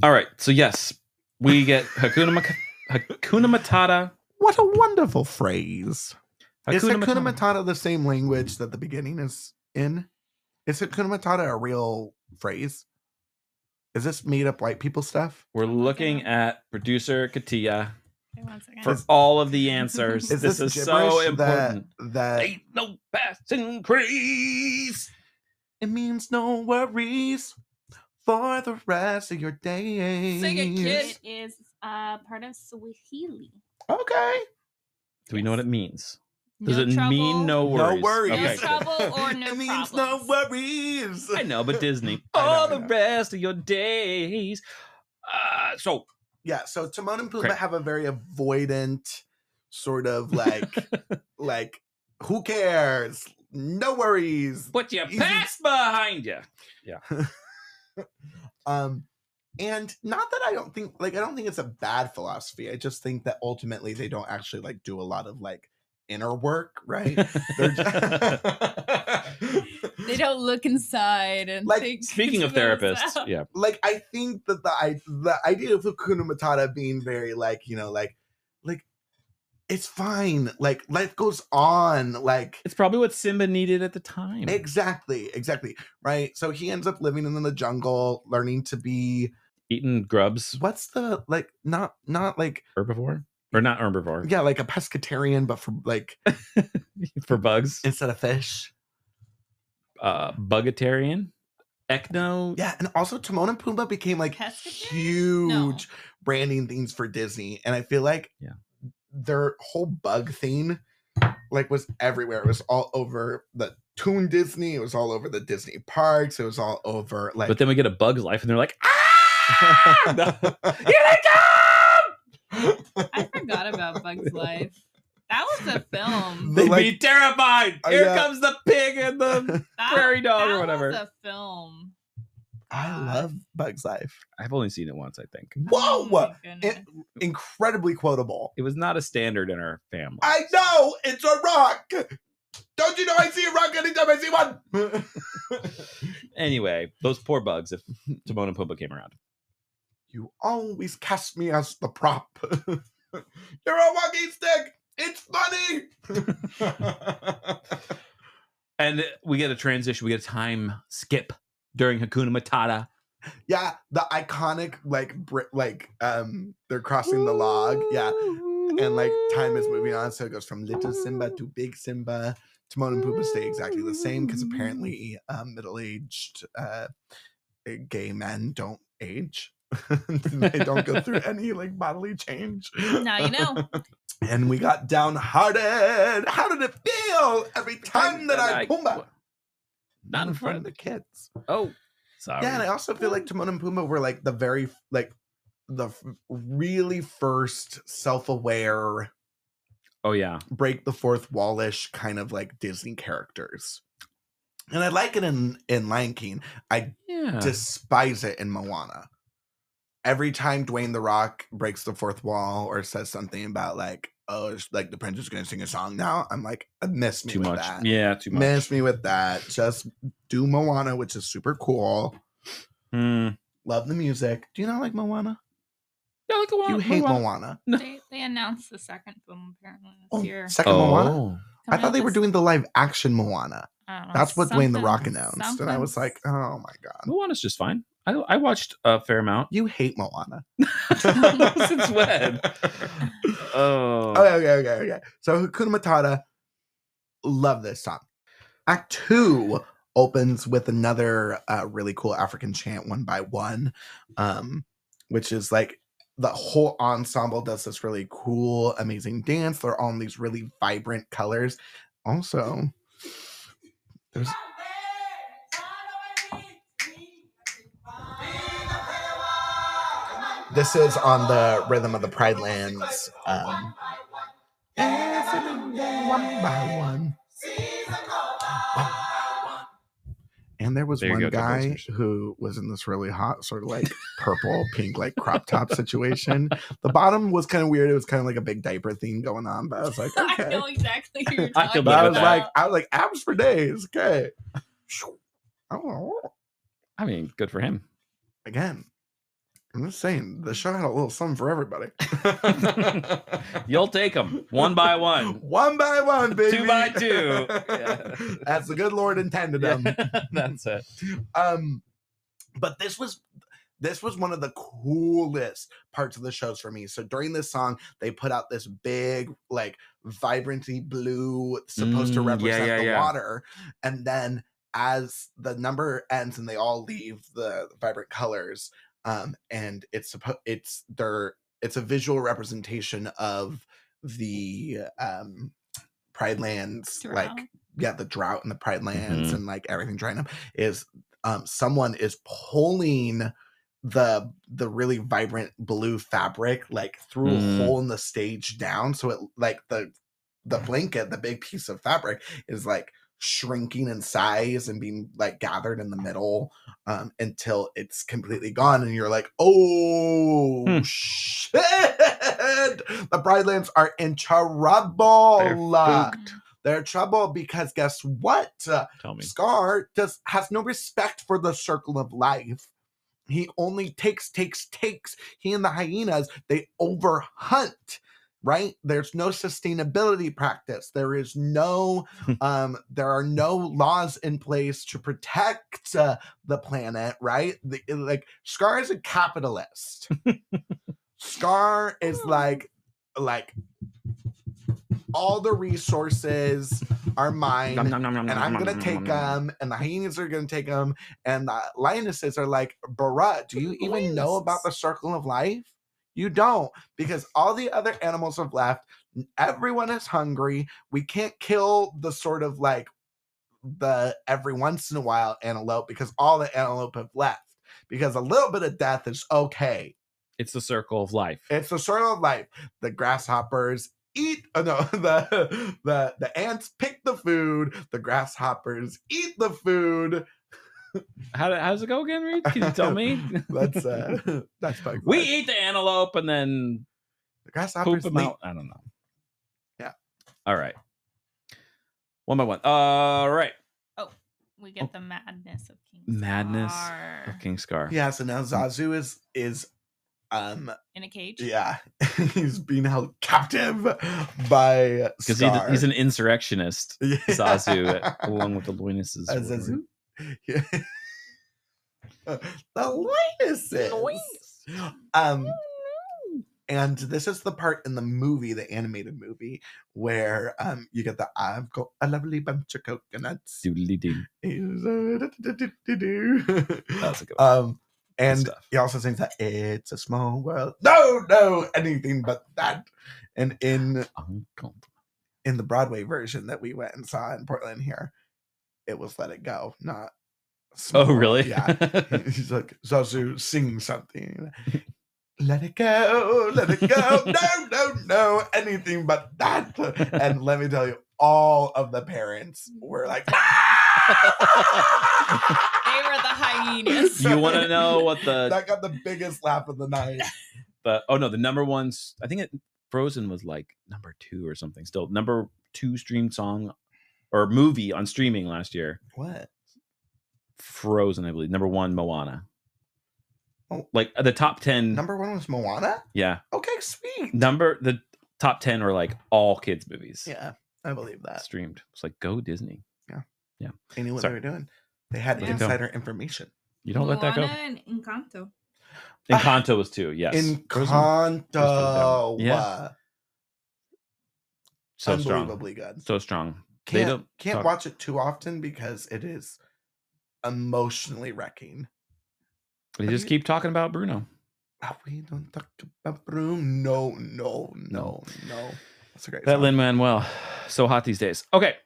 All right, so yes, we get Hakuna, Mak- Hakuna Matata. What a wonderful phrase. Is Hakuna Matata. Matata the same language that the beginning is in? Is Hakuna Matata a real phrase? Is this made up white people stuff? We're looking at producer Katia Wait, one second. for all of the answers. Is this, is so gibberish that, important. that Ain't no past increase. it means no worries for the rest of your days? Sing it, kid. It is uh, part of Swahili. Okay. Do we know what it means? Does No it trouble. mean no worries? No worries. No Okay, good. trouble or no It means no problems. worries. I know, but Disney. I know, All I the know. rest of your days. Uh, so Yeah, so Timon and Pumbaa Great. have a very avoidant sort of like like who cares? No worries. put your Easy. past behind you. Um and not that I don't think like I don't think it's a bad philosophy. I just think that ultimately they don't actually like do a lot of like inner work, right? They're just They don't look inside and Like, think Speaking of for therapists, themselves. yeah, like I think that the i the idea of Hakuna Matata being very like you know like like it's fine like life goes on like it's probably what Simba needed at the time. exactly exactly right so he ends up living in the jungle learning to be Eating grubs, what's the like not not like herbivore or not herbivore yeah like a pescatarian but for like for bugs. instead of fish Uh, bugatarian, echno. yeah and also Timon and Pumbaa became like Pescatarian? huge No. branding things for Disney and I feel like Yeah. their whole bug thing like was everywhere. It was all over the Toon Disney. It was all over the Disney parks. It was all over like. But then we get a Bug's Life, and they're like, ah! Here they come! I forgot about Bugs Life. That was a film. The- They'd be like- terrified. Oh, Here yeah. comes the pig and the. That, Prairie Dog or that whatever. Was a film. I love Bugs Life. I've only seen it once, I think. Oh "Ah!" Whoa! my It, goodness. incredibly quotable. It was not a standard in our family. I know it's a rock. Don't you know I see a rock anytime I see one? Anyway, those poor bugs. If Timon and Pumbaa came around, you always cast me as the prop. You're a walking stick. It's funny. and we get a transition, we get a time skip during Hakuna Matata. Yeah, the iconic like br- like um they're crossing the log. Yeah. And like time is moving on, so it goes from little Simba to big Simba. Timon and Pumbaa stay exactly the same because apparently um, middle-aged uh, eh, gay men don't age; they don't go through any like bodily change. Now you know. And we got downhearted. How did it feel every time that I Pumbaa? Not in front of the kids. the. Oh, sorry. Yeah, and I also feel like Timon and Pumbaa were like the very like the f- really first self-aware oh yeah. break the fourth wallish kind of like Disney characters. And I like it in in Lion King. I Yeah. despise it in Moana. Every time Dwayne the Rock breaks the fourth wall or says something about like, oh, it's like the prince is gonna sing a song now, I'm like, uh, miss me too with much. that. Yeah, too much. Miss me with that. Just do Moana, which is super cool. Hmm. Love the music. Do you not like Moana? Yeah, like a wa- you hate wa- Moana. they, they announced the second film apparently Oh, this year. second Moana. Oh. I Coming thought out they were this- doing the live action Moana. I don't know, That's what Dwayne the Rock something- announced, and I was something- like, oh my god, Moana's just fine. I, I watched a fair amount. you hate Moana. Since when? Oh. Okay, okay, okay, okay. So Hakuna Matata, love this song. Act two opens with another uh, really cool African chant, one by one, um, which is like the whole ensemble does this really cool, amazing dance. They're all in these really vibrant colors. Also, there's this is on the rhythm of the Pride Lands. Um, one by one. And there was There you one go, double guy expression. who was in this really hot, sort of like purple, pink, like crop top situation. The bottom was kind of weird. It was kind of like a big diaper thing going on, but I was like, I okay. know exactly who you're I feel talking But I bad about. was like, I was like, abs for days. Okay. Oh, I mean, good for him. again, I'm just saying, the show had a little something for everybody. You'll take them one by one. One by one, baby. Two by two. Yeah. As the good Lord intended them. That's it. Um, but this was this was one of the coolest parts of the shows for me. So during this song, they put out this big, like vibrancy blue, supposed to Mm, yeah, represent yeah, the yeah. water, and then as the number ends and they all leave the vibrant colors, um, and it's suppo- it's their it's a visual representation of the um Pride Lands, Drought. like yeah, the drought in the Pride Lands Mhm. and like everything drying up is um someone is pulling the the really vibrant blue fabric like through Mm. a hole in the stage down so it like the the blanket the big piece of fabric is like shrinking in size and being like gathered in the middle um until it's completely gone and you're like oh Hmm. shit the bridelands are in trouble fucked. Mhm. they're trouble because guess what? Uh, Tell me. Scar does has no respect for the circle of life. He only takes, takes, takes. He and the hyenas, they overhunt, right? There's no sustainability practice. There is no, um, there are no laws in place to protect uh, the planet, right? The, like Scar is a capitalist. Scar is Hmm. like, like all the resources are mine Nom, nom, nom, nom, and nom, I'm nom, gonna nom, take uh, nom, nom. them, and the hyenas are gonna take them, and the lionesses are like, Bruh, do you even know about the circle of life? You don't, because all the other animals have left. n- Everyone is hungry. We can't kill the sort of like the every once in a while antelope because all the antelope have left. Because a little bit of death is okay. It's the circle of life. It's the circle of life. The grasshoppers eat oh no the the the ants pick the food. The grasshoppers eat the food. How, do- how does it go again, Reed? Can you tell me? That's uh that's probably we fine. eat the antelope and then the poop grasshoppers them leap. out. I don't know. Yeah. All right. One by one. All right. We get the madness of King Oh. Madness Scar of King Scar. Yeah, so now Mm. Zazu is is um in a cage. yeah he's being held captive by Because he, Scar. he's an insurrectionist, Yeah. Zazu, uh, along with the Loinuses. Uh, or whatever. Zazu. Yeah. the lionesses. Oh, Um, and this is the part in the movie, the animated movie, where um you get the I've got a lovely bunch of coconuts. Doodly-doo. That's a good one. um, and stuff. he also sings that it's a small world. No, no, anything but that. And in Uncomfortable. in the Broadway version that we went and saw in Portland here, it was Let It Go, not. Small Oh, World. really? Yeah. He's like, Zazu, sing something. Let it go, let it go. No, no, no, anything but that. And let me tell you, all of the parents were like, "Ah!" They were the hyenas. you want to know what the, that got the biggest laugh of the night. the oh no the number one s- i think it frozen was like number two or something still number two streamed song or movie on streaming last year What? frozen i believe number one moana Oh. like uh, the top 10 Number one was Moana? yeah Okay, sweet. number the top 10 were like all kids movies Yeah, I believe that. streamed it's like go disney They knew what Sorry. they were doing. They had Let it go. insider information. you don't let that Moana and Encanto. go encanto was two yes Frozen was Encanto. Yeah. so strong Unbelievably good. so strong They Can't, don't can't talk- watch it too often because it is emotionally wrecking. they Have just you- keep talking about bruno Ah, We don't talk about Broom. No, no, no, no. That's a great That song. Lin Manuel, so hot these days. Okay,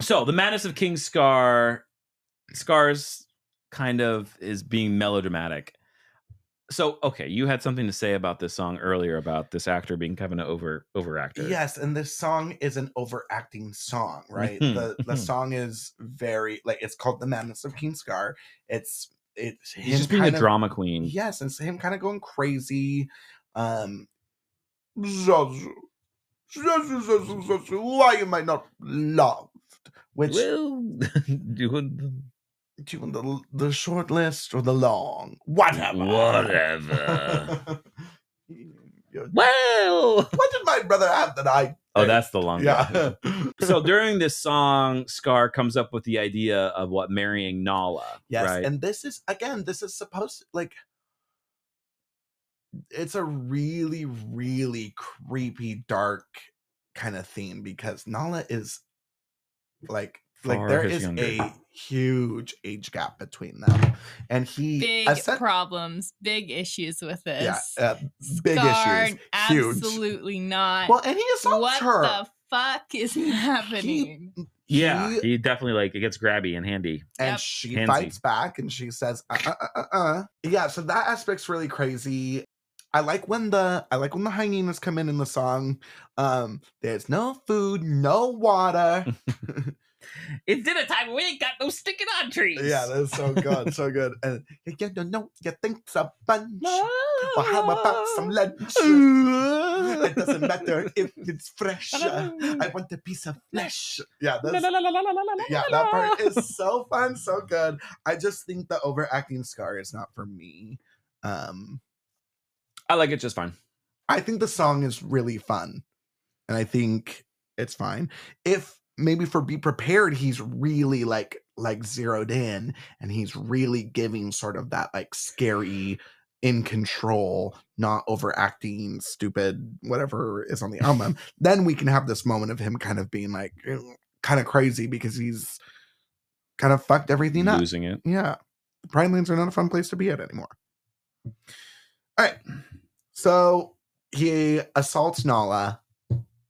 so the madness of King Scar, Scar's kind of is being melodramatic. So okay, you had something to say about this song earlier about this actor being kind of an over over actor. Yes, and this song is an overacting song, right? Mhm, the the mhm. song is very like it's called "The Madness of King Scar." It's it's him he's just being a kind of- drama queen. Yes, it's him kind of going crazy. Um, Zazu, Zazu, Zazu, Zazu, why am I not loved? Which Well, dude, do you want the the short list or the long? Whatever. whatever. You're- well, what did my brother have that I? oh, Hey, that's the long. one. Yeah. so during this song, Scar comes up with the idea of what marrying Nala. Yes, right? and this is again, this is supposed like it's a really, really creepy, dark kind of theme because Nala is like like Far there his is younger. a huge age gap between them, and he Big essen- problems, big issues with this. yeah, uh, big Scar, issues, huge. Absolutely not. Well, and he assaults what her. the fuck is happening? He- Yeah, he definitely like it gets grabby and handy. and Yep. she Pansy. fights back and she says uh, uh, uh, uh, uh. yeah so that aspect's really crazy i like when the i like when the hyenas come in in the song um there's no food no water It's dinner time. We ain't got no sticking on trees. yeah that's so good so good and you don't know you think's a bunch well how about some lunch it doesn't matter if it's fresh i want a piece of flesh yeah Oh. that's yeah, that part is so fun, so good. I just think the overacting scar is not for me. Um, I like it just fine. I think the song is really fun, and I think it's fine. If maybe for be prepared, he's really like like zeroed in, and he's really giving sort of that like scary, in control, not overacting, stupid, whatever is on the album. then we can have this moment of him kind of being like kind of crazy because he's kind of fucked everything up. Losing it. Yeah. The Prime Lands are not a fun place to be at anymore. All right. So he assaults Nala.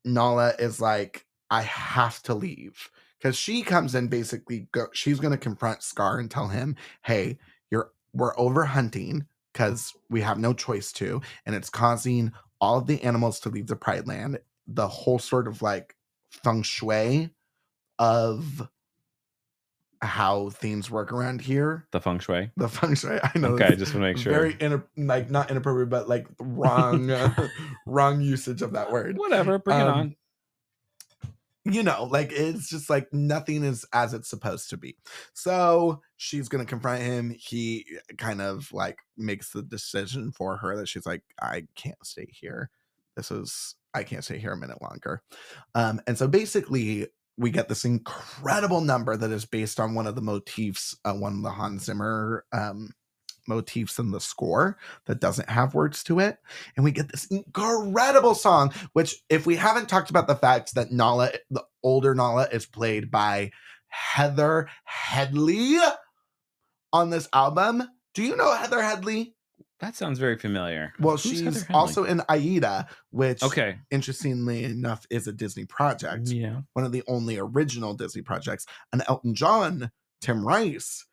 Nala is like, I have to leave. Because she comes in basically, go, she's going to confront Scar and tell him, hey, you're we're over hunting because we have no choice to. And it's causing all of the animals to leave the Pride Land. The whole sort of like feng shui of how things work around here. The feng shui. The feng shui, I know. Okay, that's- just want to make sure. very in, like not inappropriate, but like wrong, uh, wrong usage of that word. Whatever. Bring it Um, on. You know, like it's just like nothing is as it's supposed to be. So she's gonna confront him. He eh, kind of like makes the decision for her that she's like, I can't stay here. This is I can't stay here a minute longer. Um, and so basically. We get this incredible number that is based on one of the motifs, uh, one of the Hans Zimmer um, motifs in the score that doesn't have words to it. And we get this incredible song, which, if we haven't talked about the fact that Nala, the older Nala, is played by Heather Headley on this album. Do you know Heather Headley? That sounds very familiar. Well, Who's Heather she's Headley? also in Aida, which, okay. interestingly enough, is a Disney project Yeah. one of the only original Disney projects, an Elton John, Tim Rice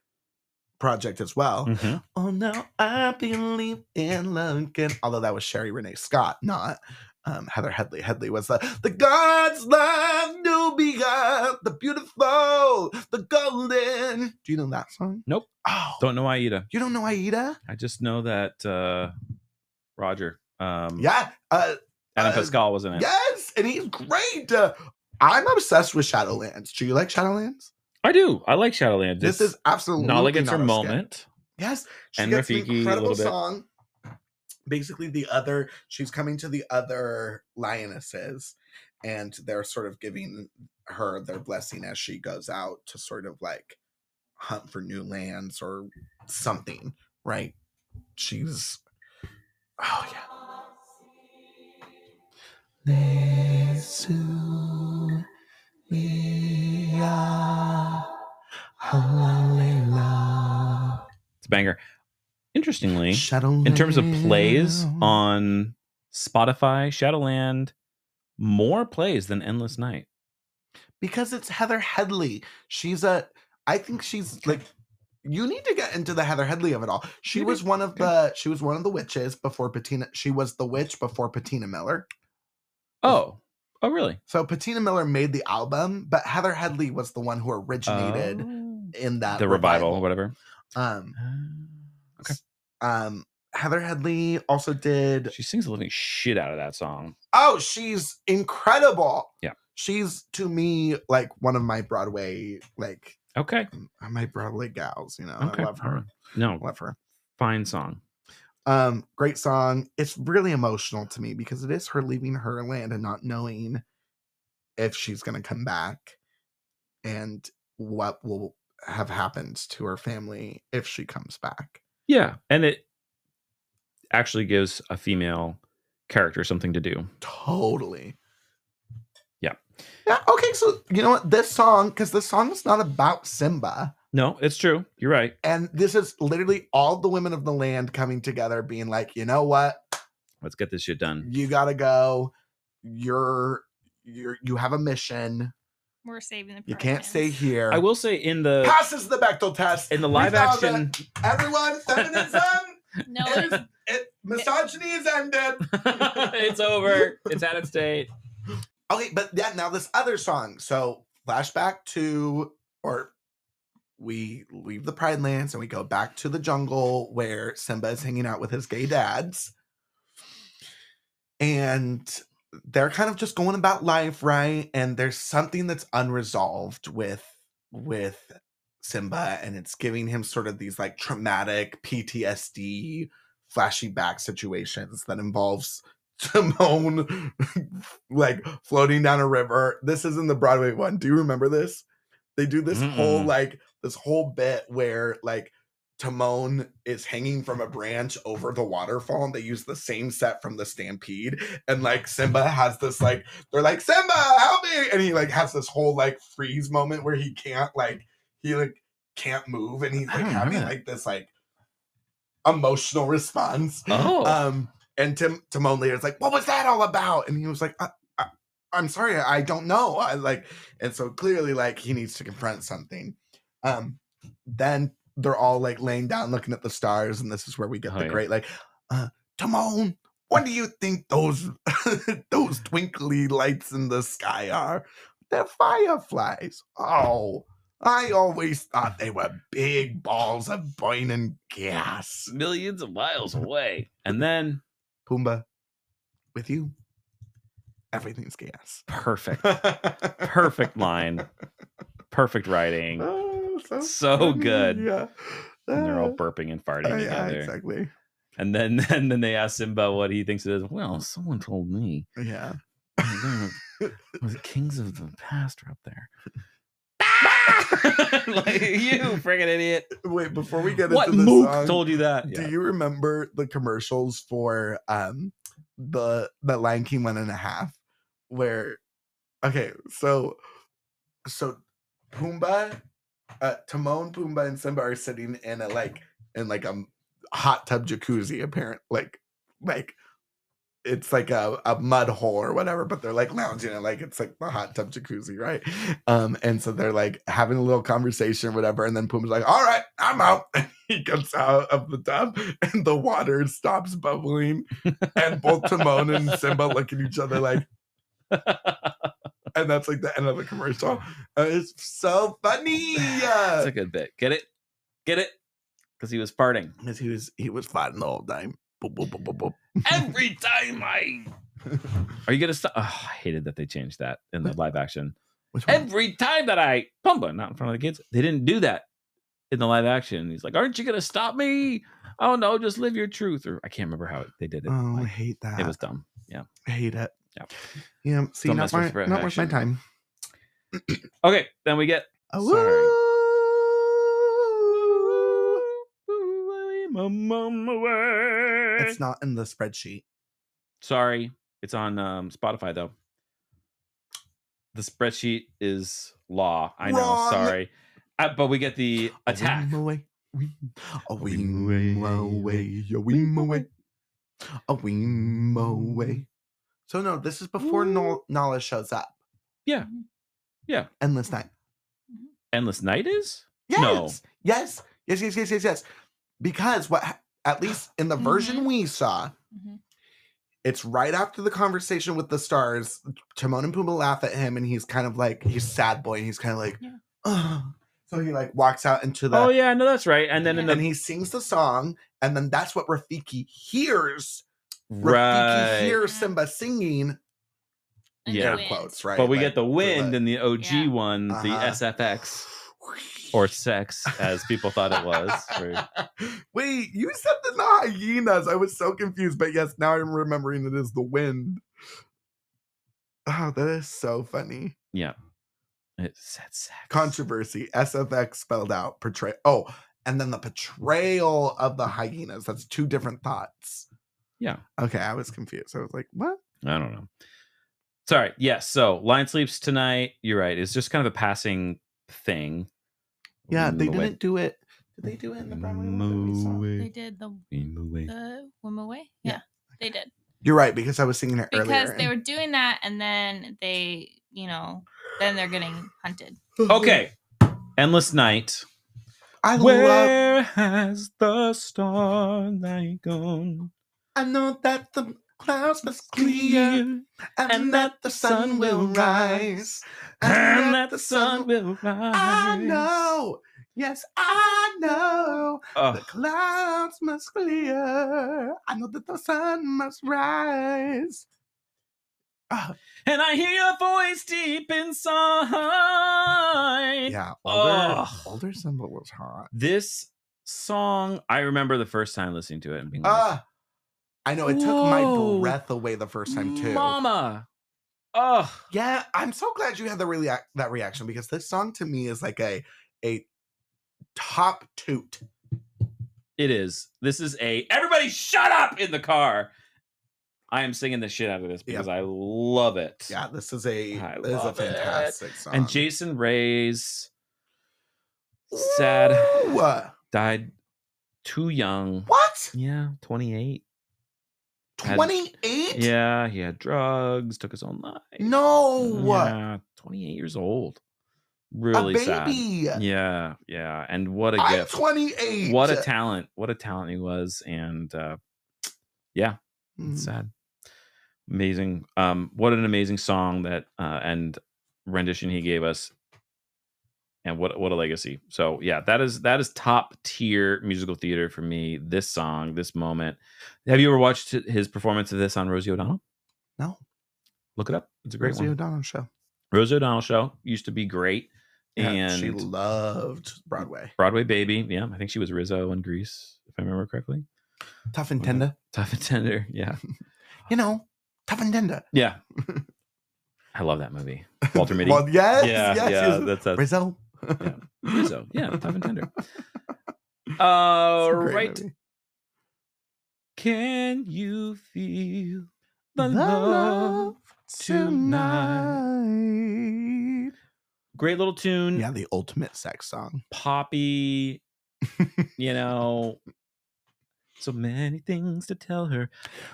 project as well. Mhm. Oh no, I believe in Lincoln. Although that was Sherry Renee Scott, not um, Heather Headley. Headley was the the God's love new begun, the beautiful, the golden. Do you know that song? Nope. Oh, Don't know Aida. you don't know Aida? I just know that uh Roger. Um Yeah, uh, Adam uh, Pascal was in it. yes, and he's great. Uh, I'm obsessed with Shadowlands. Do you like Shadowlands? I do. I like Shadowland. This It's- is absolutely Nala gets her not a skip. moment. Yes, she And gets an Rafiki a incredible little bit. song. Basically, the other she's coming to the other lionesses, and they're sort of giving her their blessing as she goes out to sort of like hunt for new lands or something, right? She's oh yeah. Listen, we are hallelujah. It's a banger. Interestingly, Shadowland. in terms of plays on Spotify, Shadowland, more plays than Endless Night. because it's Heather Headley. She's a I think she's like you need to get into the Heather Headley of it all. She Maybe. was one of the she was one of the witches before Patina she was the witch before Patina Miller. Oh, oh, really? So Patina Miller made the album, but Heather Headley was the one who originated Oh. in that the revival, or whatever. Um Uh, Okay, um Heather Headley also did she sings the living shit out of that song. Oh, she's incredible. Yeah. She's to me like one of my Broadway like Okay, uh, my Broadway gals, you know. okay, I love all her. right. No, Love her. fine song. Um, great song. It's really emotional to me because it is her leaving her land and not knowing if she's gonna come back and what will have happened to her family if she comes back. Yeah, and it actually gives a female character something to do. Totally. Yeah. Yeah. Okay. So you know what? This song, because this song is not about Simba. No, it's true. You're right. And this is literally all the women of the land coming together, being like, you know what? Let's get this shit done. you gotta go you're you're you have a mission. We're saving the. You can't stay Peruvians. here. I will say in uh, the Passes the Bechtel test. in the live found that- action Everyone, feminism, No, it is, it it, misogyny is ended. it's over. It's out of state. Okay, but yeah, now this other song. So flashback to, or we leave the Pride Lands and we go back to the jungle where Simba is hanging out with his gay dads, and they're kind of just going about life, right? And there's something that's unresolved with with Simba, and it's giving him sort of these like traumatic PTSD flashy back situations that involves Timon like floating down a river. This is in the Broadway one. Do you remember this? They do this whole Mm-mm. like this whole bit where like Timon is hanging from a branch over the waterfall, and they use the same set from the Stampede. And like Simba has this like they're like Simba, help me, and he like has this whole like freeze moment where he can't like he like can't move, and he's I like don't having remember that. like this like emotional response. Oh, Um, and Tim Timon later is like, "What was that all about?" And he was like, I, I, "I'm sorry, I don't know." I like, and so clearly, like, he needs to confront something. Um, then they're all like laying down, looking at the stars, and this is where we get Oh, the yeah. great like, uh, "Timon, what do you think those those twinkly lights in the sky are? They're fireflies." Oh. I always thought they were big balls of burning gas. millions of miles away. And then Pumbaa, with you, everything's gas. perfect, Perfect perfect line, perfect writing. Oh, so So funny, good. Yeah. And they're all Ah, burping and farting oh, yeah, together. exactly. And then and then they ask Simba what he thinks it is. Well, someone told me. Yeah. Oh, they're- the kings of the past are up there. like you friggin' idiot. Wait, before we get what into the mook song, told you that? do you remember the commercials for um the the Lion King one and a half? Where okay, so so Pumbaa, uh, Timon, Pumbaa, and Simba are sitting in a like in like a m- hot tub jacuzzi, apparent like like it's like a, a mud hole or whatever, but they're like lounging and like it's like the hot tub jacuzzi, right? Um, and so they're like having a little conversation or whatever, and then Pumbaa's like, All right, I'm out. And he comes out of the tub and the water stops bubbling, and both Timon and Simba look at each other like and that's like the end of the commercial. And it's so funny. That's a good bit. Get it? Get it? Because he was farting. Because he was he was fighting the whole time. Boop, boop, boop, boop, Every time I boop. Are you gonna stop? Oh, I hated that they changed that in the live action. Which one? Every time that I Pumba, not in front of the kids, they didn't do that in the live action. He's like, "Aren't you gonna stop me? Oh no, just live your truth." Or I can't remember how they did it. Oh, I Like, hate that. it was dumb. Yeah. I hate it. Yeah. Yeah. See, Don't not, mess with my, not worth my reaction. time. Okay, then we get Sorry. Oh, It's not in the spreadsheet. Sorry, it's on um, Spotify though. The spreadsheet is law. I know. Wrong. Sorry, uh, but we get the attack. A weem away. weem- A weem weem away. away, A weem away. A weem away. So no, this is before Nol- Nala shows up. Yeah. Yeah. Endless night. Endless night is. Yes. No. Yes. Yes. Yes. Yes. Yes. Yes. Because what? ha- At least in the version Mhm. we saw, Mhm. it's right after the conversation with the stars. Timon and Pumbaa laugh at him, and he's kind of like he's sad boy, and he's kind of like, Yeah. "Ugh." so he like walks out into the Oh yeah, no, that's right. And then in Yeah. the and he sings the song, and then that's what Rafiki hears. Rafiki right, hears Simba singing, And Yeah. the air wind. quotes, right? but we Like, get the they're wind like, in the OG Yeah. one, the Uh-huh. SFX or sex, as people thought it was. or- Wait, you said the hyenas. I was so confused, but yes, now I'm remembering it is the wind. Oh, that is so funny. yeah, it said sex. Controversy. SFX spelled out portray. Oh, and then the portrayal of the hyenas. That's two different thoughts. Yeah. Okay, I was confused. I was like, what? I don't know. Sorry. Yes. so Lion sleeps tonight. You're right. It's just kind of a passing thing. Yeah, Weem they away. didn't do it. Did they do it in the Broadway? one that we Weem saw? away, They did the weem away. the woman away. Yeah. Yeah, they did. You're right because I was singing it because earlier. they and- were doing that and then they you know then they're getting hunted Uh, Okay. Endless night. I love. Where has the starlight gone? I know that the clouds must clear, and, and that the sun will rise, and that the sun will rise. I know. Yes, I know. The Ugh. clouds must clear. I know that the sun must rise. and I hear your voice deep inside. Yeah, Ugh. older, older symbol was hot. This song, I remember the first time listening to it and being like, Ah, I know it took my Whoa. breath away the first time too. Mama. Ugh. Yeah, I'm so glad you had the reac- that reaction because this song to me is like a a top toot. It is. This is a everybody shut up in the car. I am singing the shit out of this Yeah. because I love it. Yeah, um this is a I this is a love it. fantastic song. And Jason Ray's sad Ooh, uh, died too young. What? Yeah, 28. Had- Twenty eight? Yeah, he had drugs, took his own life. No. Yeah, 28 years old. Really Oh. a baby. sad. Yeah, yeah. And what a I'm gift. 28. What a talent. What a talent he was. And uh It's Mm. sad. Amazing. Um, what an amazing song that uh, and rendition he gave us. And what what a legacy. So yeah, that is that is top tier musical theater for me. This song, this moment. Have you ever watched hi- his performance of this on Rosie O'Donnell? No. Look it up. It's a great Great one. O'Donnell show. Rosie O'Donnell show used to be great. Yeah, and she loved Broadway. Broadway Baby. Yeah, I think she was Rizzo in Greece, if I remember correctly. Tough and Okay. tender. Tough and tender. Yeah. You know, tough and tender. Yeah. I love that movie. Walter Mitty. Well, yes, yeah, yes, yeah, yes. that's a Rizzo. Rizzo. Yeah, tough and tender. All It's a great right. movie. Can you feel the, The love love? tonight. Great little tune. Yeah, the ultimate sex song. Poppy. You know, so many things to tell her.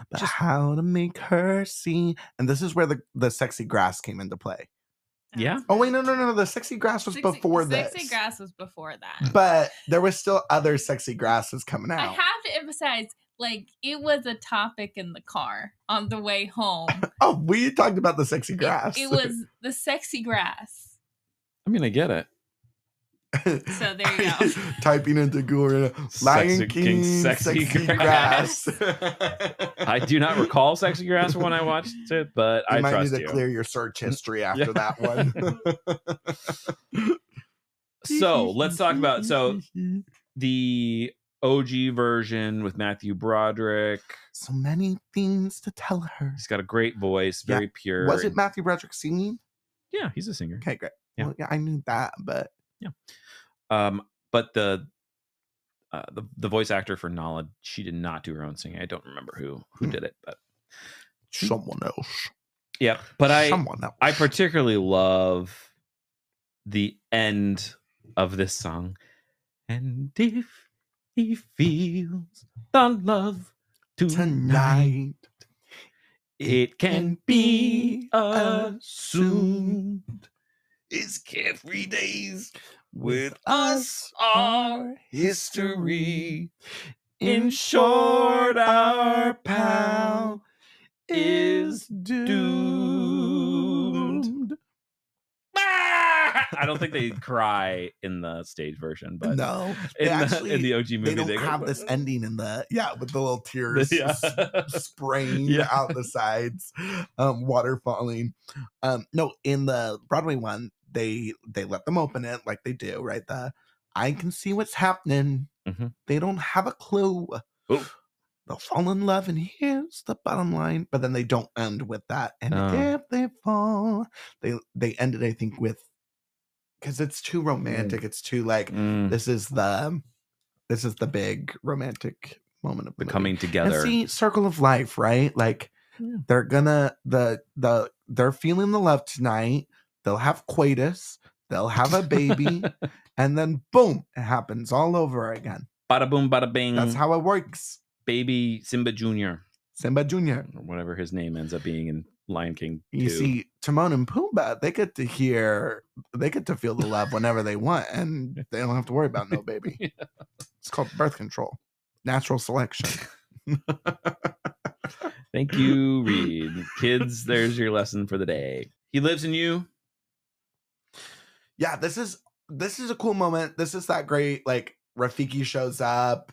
But Just- how to make her see. And this is where the, the sexy grass came into play. Yeah. Oh, wait, no, no, no, no. The sexy grass was Sexy- before this. sexy E, grass was before that Mm. But there was still other sexy grasses coming i out. have to emphasize like it was a topic in the car on the way home It- oh, we talked about the sexy grass. it, was the sexy grass I mean, I get it. So there you go. Typing into Google, right now, Lion Sexy King, King, sexy, sexy grass. grass. I do not recall Sexy Grass when I watched it, but You I might trust need to you. clear your search history Yeah. after that one. so let's talk about so the OG version with Matthew Broderick. so many things to tell her. He's got a great voice, Yeah. very pure. Was it and- Matthew Broderick singing? Yeah, he's a singer. Okay, great. Yeah. Well, yeah, I knew that, but Um, but the uh, the the voice actor for Nala, she did not do her own singing. I don't remember who who Hmm. did it, but someone else. yeah. But I someone else. I particularly love the end of this song. And if he feels the love tonight. tonight. It can be assumed It's carefree days with us our history. In short, our pal is doomed. I don't think they cry in the stage version, but no, they in, the, actually in the OG movie, they don't go, have this ending in the yeah with the little tears Yeah. s- spraying Yeah. out the sides, um, water falling. Um, no, in the Broadway one, they they let them open it like they do, right? The I can see what's happening. Mhm. They don't have a clue. Oh. They'll fall in love, and here's the bottom line. But then they don't end with that. And Oh. if they fall, they they ended, I think, with because it's too romantic. It's too like Mm, this is the this is the big romantic moment of the movie. coming And together. see circle of life right like Yeah. they're gonna the the they're feeling the love tonight they'll have coitus they'll have a baby and then boom it happens all over again bada boom, bada bing. that's how it works baby Simba Jr. Simba Jr. or whatever his name ends up being in Lion King. You 2. see, Timon and Pumbaa, they get to hear, they get to feel the love whenever they want, and they don't have to worry about no baby. It's called birth control, natural selection. Thank you, Reed. Kids, there's your lesson for the day. He lives in you. yeah, this is this is a cool moment. This is that great like Rafiki shows up.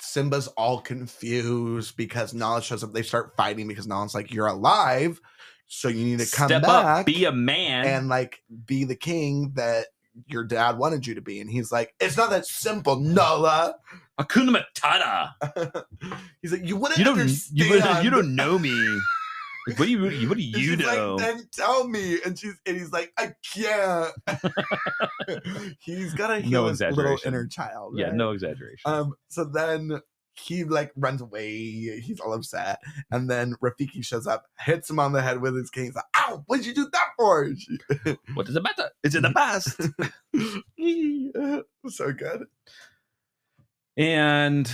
Simba's all confused because Nala shows up. They start fighting because Nala's like, "You're alive, so you need to come Step back up, be a man. and like be the king that your dad wanted you to be." And he's like, "It's not that simple, Nala." Akuna Matata. he's like, "You wouldn't You don't. understand. You, don't- you don't know me. Like, what do you? What And do you she's know? Like, then tell me. And she's and he's like, I can't. he's gotta No heal his little exaggeration. inner child. yeah, right? no exaggeration. Um, so then he like runs away. He's all upset, and then Rafiki shows up, hits him on the head with his cane. He's like, "Ow! What'd you do that for?" She- what does it matter? It's in the past. so good. and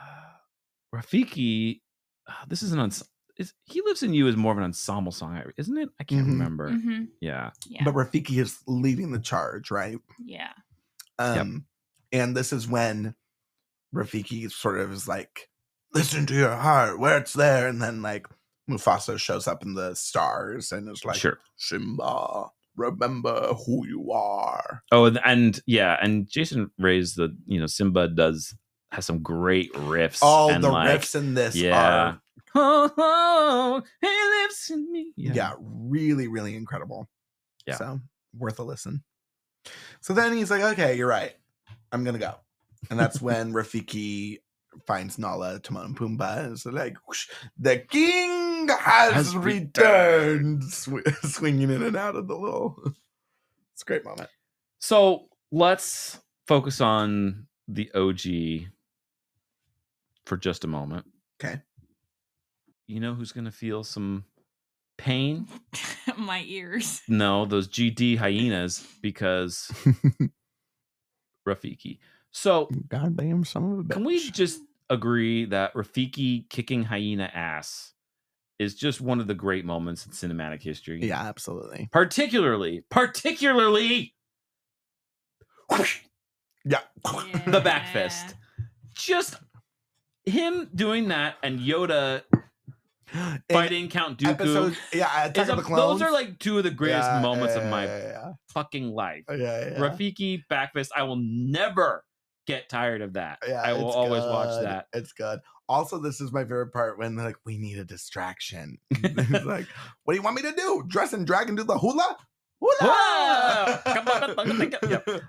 Rafiki, uh, this is an uns- is, he lives in you is more of an ensemble song, isn't it? I can't Mhm. remember. hmm Yeah, Yeah. But Rafiki is leading the charge, right? yeah. Um, and this is when Rafiki sort of is like, "Listen to your heart, where it's there," and then like Mufasa shows up in the stars and is like, sure. "Simba, remember who you are." Oh, and, and yeah, and Jason raised the you know Simba does has some great riffs. All and the like, riffs in this yeah. are Oh, oh, he lives in me. yeah. really really incredible Yeah. so worth a listen so then he's like okay you're right i'm gonna go and that's when rafiki finds nala timon and pumbaa and is like "Whoosh, the king has, Has returned." returned, Sw- swinging in and out of the little it's a great moment So let's focus on the OG for just a moment. 'Kay. You know who's going to feel some pain? My ears. No, those GD hyenas because Rafiki. So god damn some of a can we just agree that Rafiki kicking hyena ass is just one of the great moments in cinematic history? yeah absolutely Particularly, particularly yeah the back fist. Just him doing that and Yoda In fighting Count Dooku. episode yeah is attack of the a- clones those are like two of the greatest Yeah, moments yeah, of my yeah, fucking life. yeah, yeah, yeah. Rafiki backfist. I will never get tired of that. Yeah, I will it's always watch good. that. It's good. Also, this is my favorite part when they're like, "We need a distraction." It's like, "What do you want me to do? Dress and drag and do the hula?" Hula! Come on, come on, come on. Yep. Hula!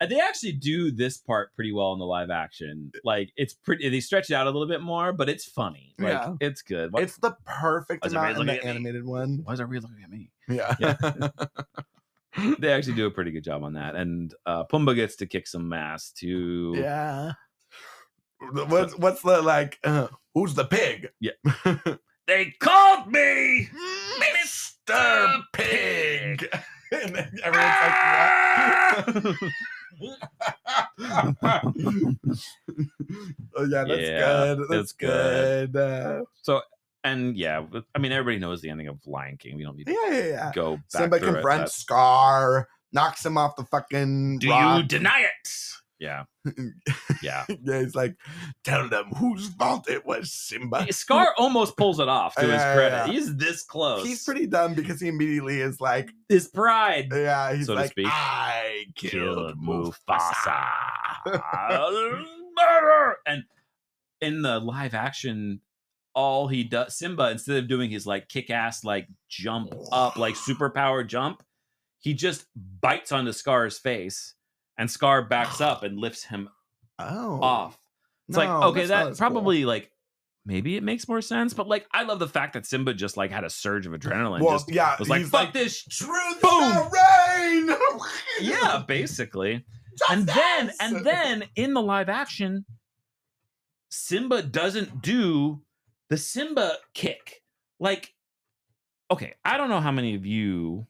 And they actually do this part pretty well in the live action. Like it's pretty. They stretch it out a little bit more, but it's funny. Like Yeah. it's good. Why, it's the perfect Is amount everybody in the looking at me? animated one. why is everybody looking at me? Yeah. Yeah. They actually do a pretty good job on that. And uh, Pumbaa gets to kick some ass too. yeah. What's what's the like? Uh, who's the pig? They called me. Mister Pig. and then everyone's like, "What?" oh yeah, that's Yeah, good. That's, that's good. good. Uh, and yeah, but- I mean, everybody knows the ending of Lion King. We don't need to yeah, yeah, yeah. go back. Simba through it. confronts That's- Scar, knocks him off the fucking rock. deny it? Yeah, yeah. yeah, he's like, tell them whose fault it was, Simba. Scar almost pulls it off to his Yeah, yeah, yeah. credit. He's this close. He's pretty dumb because he immediately is like, His pride. yeah, he's So to like, speak. I killed, Killed Mufasa. Mufasa. Murder. And in the live action, all he does, Simba, instead of doing his like kick ass, like jump up, like superpower jump, he just bites onto Scar's face and Scar backs up and lifts him Oh, off. It's like, no, okay, that's not that as cool. probably like maybe it makes more sense, but like I love the fact that Simba just like had a surge of adrenaline. Well, just yeah, was like, he's fuck this. sh-" Truth Boom. shall reign. Yeah, basically. and then and Justice! then in the live action simba doesn't do the simba kick like okay i don't know how many of you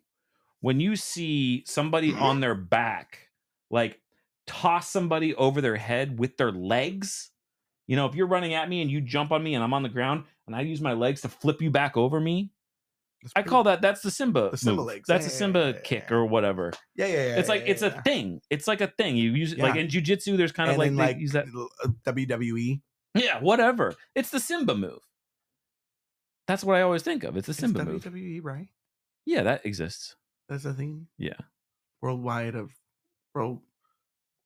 when you see somebody Mm-hmm. on their back like toss somebody over their head with their legs you know if you're running at me and you jump on me and i'm on the ground and I use my legs to flip you back over me. That's I pretty- call that that's the Simba. Mm. The Simba move. legs. That's Yeah, a yeah, Simba yeah, yeah, kick yeah. or whatever. Yeah, yeah, yeah. it's like yeah, it's yeah. a thing. It's like a thing. You use it like Yeah. in jujitsu. There's kind And of like, then, they like use that. l- uh, WWE. Yeah, whatever. It's the Simba move. That's what I always think of. It's the It's E. Simba move. WWE, right? Yeah, that exists. That's a thing. Yeah. Worldwide of world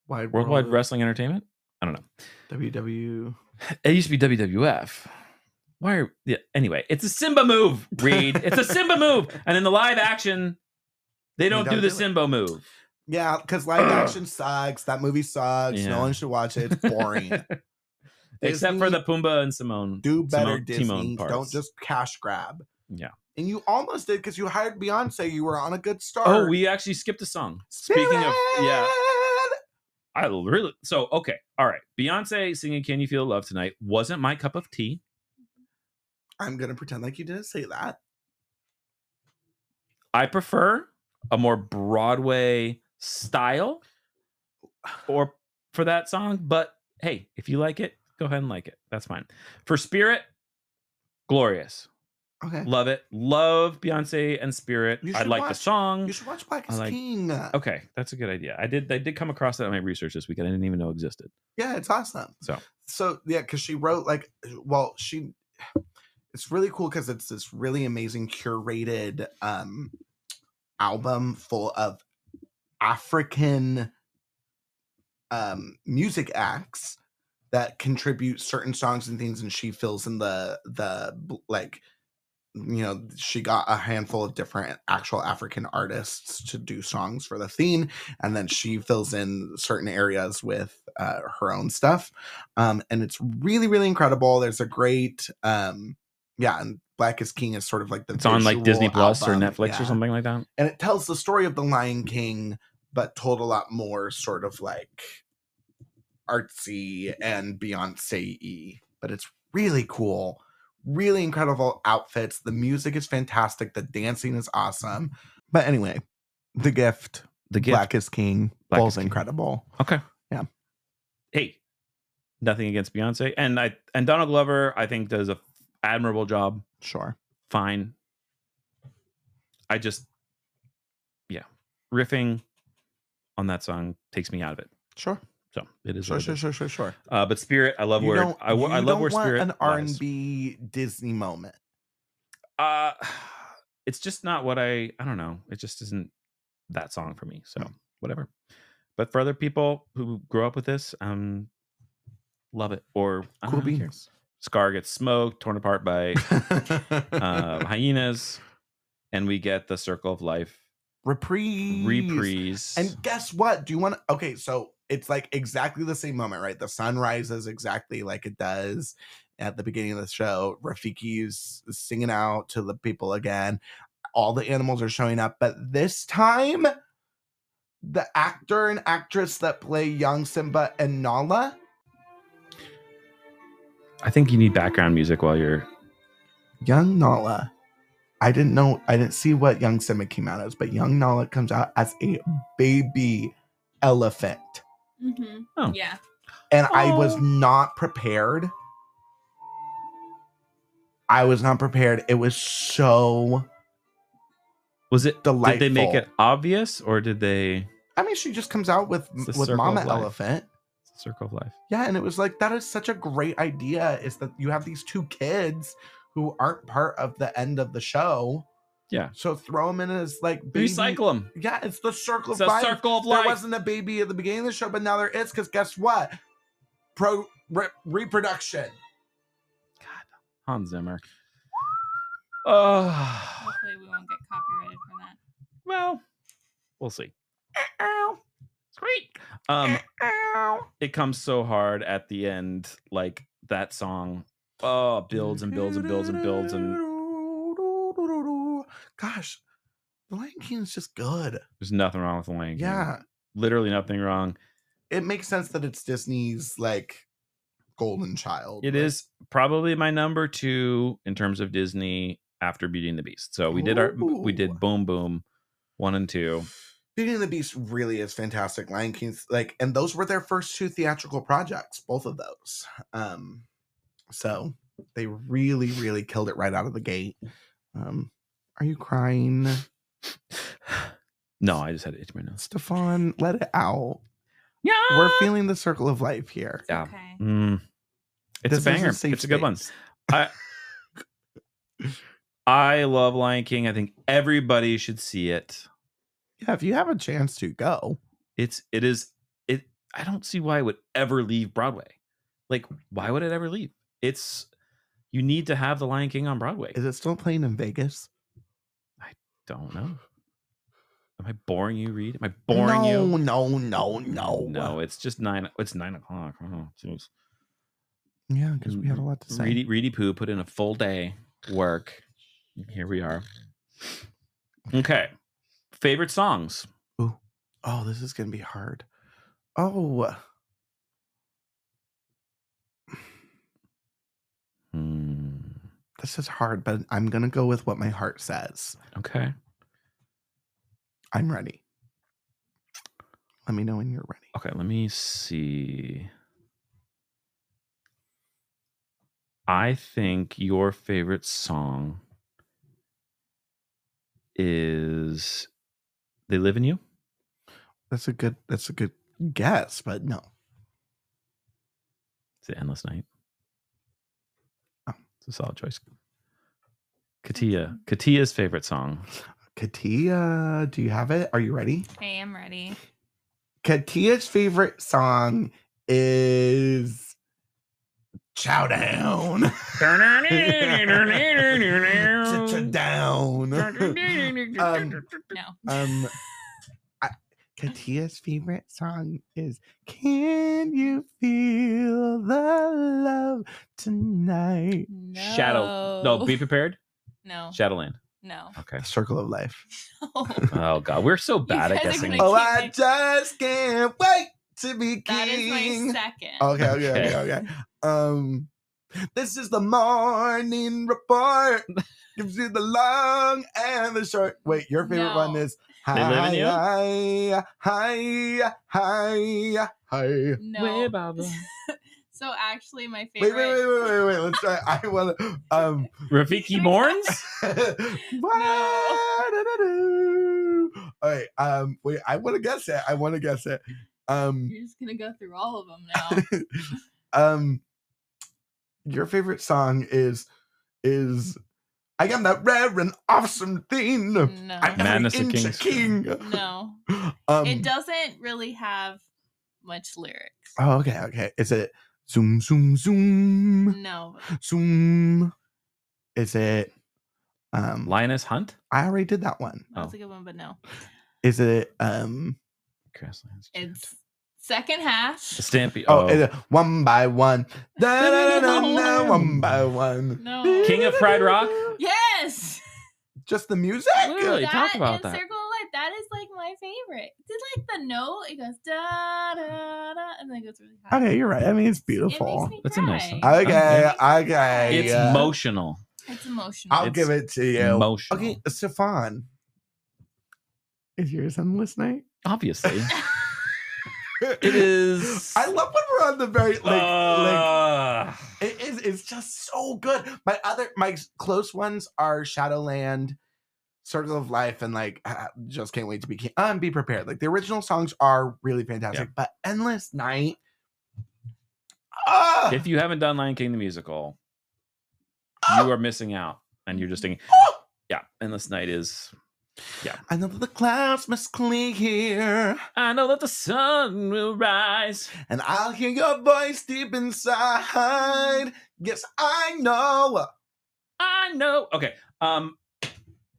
wide Worldwide world Wrestling Entertainment. I don't know. of E. WW. It used to be WWF. Why are yeah? Anyway, it's a Simba move, Reed. it's a Simba move, and in the live action, they don't don't do the do it. Simba move. Yeah, because live action sucks. That movie sucks. Yeah. No one should watch it. It's boring. Except for Disney, the Pumbaa and Simone. do better Timon- Disney. Timon parts. Don't just cash grab. Yeah. And you almost did because you hired Beyonce. You were on a good start. Oh, we actually skipped a song. Speaking of yeah, I really so okay. All right. Beyonce singing Can You Feel the Love Tonight wasn't my cup of tea. I'm gonna pretend like you didn't say that. I prefer a more Broadway style or for that song, but hey, if you like it, go ahead and like it. That's fine. For Spirit, glorious. Okay. Love it. Love Beyonce and Spirit. You I should like the watch- song. You should watch Black I is like- King. Okay, that's a good idea. I did I did come across that in my research this weekend. I didn't even know existed. Yeah, it's awesome. So. so yeah, because she wrote like, well, she, it's really cool because it's this really amazing curated um album full of African um music acts that contribute certain songs and things, and she fills in the the bl- like you know she got a handful of different actual african artists to do songs for the theme and then she fills in certain areas with uh, her own stuff um, and it's really really incredible there's a great um, yeah and black is king is sort of like the It's on like Disney visual Plus or album, Netflix or yeah. something like that. and it tells the story of the lion king but told a lot more sort of like artsy and beyonce-y but it's really cool really incredible outfits the music is fantastic the dancing is awesome but anyway the gift The gift. Black is King. Black Ball's is King. incredible. Okay. Yeah. Hey, nothing against Beyonce, and I and Donald Glover, I think does a admirable job. Sure. Fine. I just, yeah, riffing on that song takes me out of it. Sure. So it is. Sure, what it sure, is. sure, sure, sure. Uh, but Spirit, I love You where don't- I, wo- I you love don't where want Spirit an lies. R&B Disney moment. Uh, it's just not what I. I don't know. It just isn't that song for me. So No. whatever. But for other people who grow up with this, um, love it or I Cool don't know, Uh-huh, who cares? beans. Scar gets smoked, torn apart by uh, hyenas, and we get the circle of life reprise. reprise. And guess what? Do you want to? Okay, so it's like exactly the same moment, right? The sun rises exactly like it does at the beginning of the show. Rafiki's singing out to the people again. All the animals are showing up, but this time, the actor and actress that play young Simba and Nala, I think you need background music while you're. young Nala. I didn't know, I didn't see what young Simba came out as, but young Nala comes out as a baby elephant. Mm-hmm. Oh. Yeah. and I was Oh. not prepared. I was not prepared. It was so. Was it? Did they make it Delightful. obvious, or did they I mean, she just comes out with It's the with circle Mama of life. Elephant. circle of life? Yeah, and it was like that is such a great idea. Is that you have these two kids who aren't part of the end of the show. Yeah. So throw them in as like baby. Recycle them. Yeah, it's the circle It's of a life. circle of there life. wasn't a baby at the beginning of the show, but now there is. Because guess what? Pro re- reproduction. Hans Zimmer. Oh, Hopefully, we won't get copyrighted for that. well, we'll see. Sweet. Um, it comes so hard at the end, like that song. Oh, builds and builds and builds and builds and Gosh, The Lion King is just good. There's nothing wrong with the Lion King. Yeah, Literally nothing wrong. it makes sense that it's Disney's like golden child. It is probably my number two in terms of Disney after Beauty and the Beast. So we did our we Ooh. did Boom Boom one and two. Beauty and the Beast really is fantastic. Lion King's like, and those were their first two theatrical projects, both of those. Um, so They really, really killed it right out of the gate. Um, are you crying, No, I just had it itch my nose. Stefan? Let it out. Yeah. We're Ah! feeling the circle of life here. Yeah. Okay. Mm. This It's a is banger. safe it's a good one. space. I love Lion King. I think everybody should see it. Yeah, if you have a chance to go, It's it is it I don't see why it would ever leave Broadway. Like why would it ever leave? It's you need to have the Lion King on Broadway. is it still playing in Vegas? don't know. Am I boring you, Reed? Am I boring no, you? No, no, no, No, it's just nine. It's nine o'clock. Oh, jeez. Yeah, because we have a lot to say. Reedy, Reedy Poo put in a full day work. Here we are. Okay. Favorite songs. Oh, this is gonna be hard. Oh, Hmm. this is hard, but I'm gonna go with what my heart says. Okay. I'm ready. Let me know when you're ready. Okay. Let me see. I think your favorite song is They Live in You. That's a good. That's a good guess, but no. Is it Endless Night? Oh. It's a solid choice. Katia. Katia's favorite song. Katia, do you have it? Are you ready? I am ready. Katia's favorite song is Chowdown. Chowdown. No. Um, I, Katia's favorite song is "Can You Feel the Love Tonight?" no. Shadow. No, be prepared. No. Shadowland. No. Okay. The circle of life. Oh god, we're so bad at guys are guessing. gonna Oh, can't I make- just can't wait to be that is my king. Oh, second. Okay, okay, okay, okay. Um, this is the morning report. Gives you the long and the short. Wait, your favorite one No. is They Live in You? hi, hi, hi, hi. No. so actually, my Wait, favorite. wait, wait, wait, wait, wait. Let's try. I want to. Um. Rafiki Morns? wa-da-da-doo. All right. Um. Wait. I want to guess it. I want to guess it. Um. You're just gonna go through all of them now. Um. Your favorite song is is I am that rare and awesome thing. No. I'm Madness Madness of every inch a Kingston. king. no. Um, Mm, it doesn't really have much lyrics. Oh, okay. Okay. Is it zoom zoom zoom No. zoom? Is it? Um. Lioness Hunt? I already did that one. That's Oh. a good one, but no. Is it um Grasslands. It's second half. Stampy. oh, Oh, is it one by one? Da, da, da, da, No. da, one by one. No. King of Fried Rock? Yes. Just the music? Really? talk about and that. Circle of Life. That is like my favorite. It's like the note. It goes da da da, and then it goes really high. Okay, you're right. I mean it's It makes beautiful. me That's a nice cry. song. I- Okay, okay. it's yeah. emotional. It's emotional. I'll it's give it to you. Emotional. Okay, Stefan. Is yours endless night? Obviously. It is I love when we're on the very like, like Ah. it is it's just so good. My other my close ones are Shadowland, Circle of Life, and like I just can't wait to be king. Um, be prepared. Like the original songs are really fantastic, but Endless Night. Ah, if you haven't done Lion King the musical, ah, you are missing out, and you're just thinking, ah. yeah, endless night is. I know that the clouds must clear, I know that the sun will rise. and I'll hear your voice deep inside. Yes, I know. I know. Okay, um,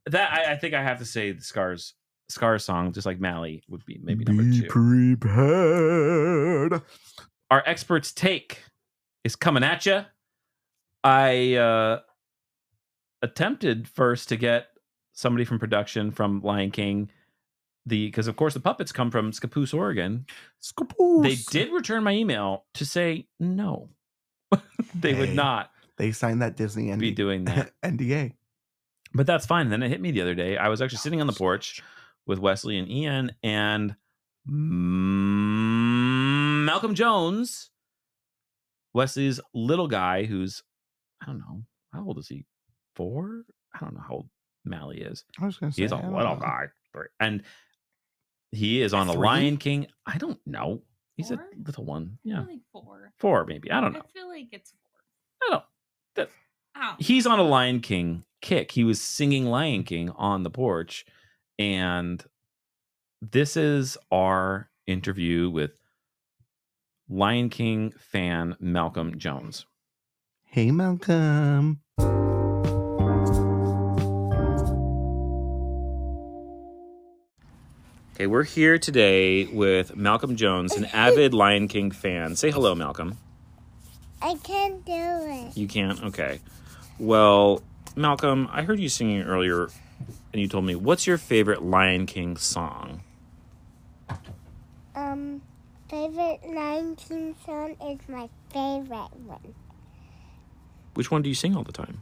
that I, I think I have to say the scars scar song, just like Mally, would be maybe number be two. prepared. Our experts take is coming at you. I uh, attempted first to get somebody from production from Lion King. The because of course the puppets come from Scappoose, Oregon, Skapoose. they did return my email to say no they Hey, would not They signed that Disney be ND- doing that NDA. but that's fine then it hit me the other day i was actually sitting on the porch with wesley and ian and mm, malcolm jones wesley's little guy who's I don't know. How old is he? Four? I don't know how old Mally is. I was gonna say uh, He's a I don't little know. guy. Three- And he is on a Three? Lion King. I don't know. He's Four? a little one. I Yeah. feel like four. Four, maybe. I don't know. I feel like it's four. I don't. Ow. He's on a Lion King kick. He was singing Lion King on the porch. And this is our interview with Lion King fan Malcolm Jones. Hey Malcolm. Okay, we're here today with Malcolm Jones, an avid Lion King fan. Say hello, Malcolm. I can't do it. You can't? Okay. Well, Malcolm, I heard you singing earlier and you told me, what's your favorite Lion King song? Um, favorite Lion King song is my favorite one. Which one do you sing all the time?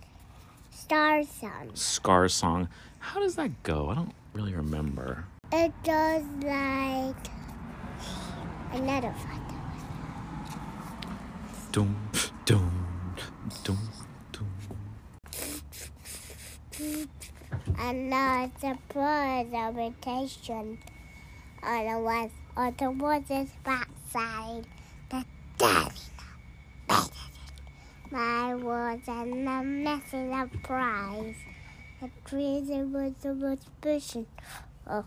Star Song. Scar song. How does that go? I don't really remember. It goes like another one. Dum, dum, dum, dum. Another bird of rotation. On the one, on the water's backside. The daddy now. My was and I'm messing up prize. The crazy was the was pushing. Oh,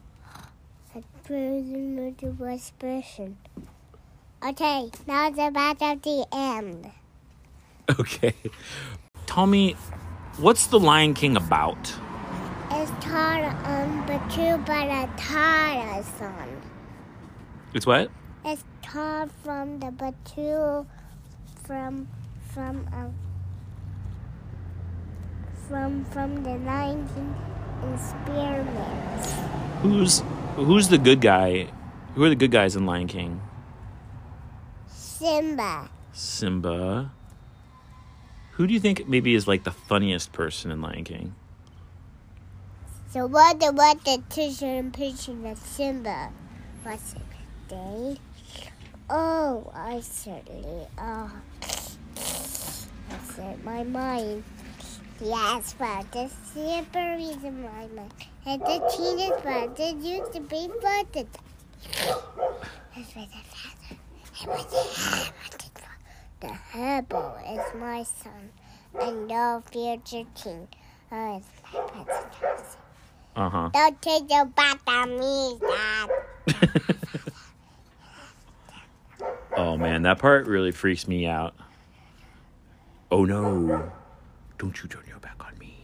the crazy was the was pushing. Okay, now it's about at the end. Okay. Tell me, what's The Lion King about? It's Tara on the two but a Tara song. It's what? It's Tar from the Batu from from um from from the 19 experiments. Who's who's the good guy? Who are the good guys in Lion King? Simba. Simba. Who do you think maybe is like the funniest person in Lion King? So what the what the teacher and preaching of Simba? What's it day? Oh, I certainly oh I said my mind. Yes, but the simple reason my mind. And the teenage but they used to be flooded. That's why the father. And when the hammer did fall, the herbal is my son, and no future king. Oh, it's my present. Uh huh. Don't take your back on me, Dad. oh man, that part really freaks me out. Oh no. Don't you turn your back on me.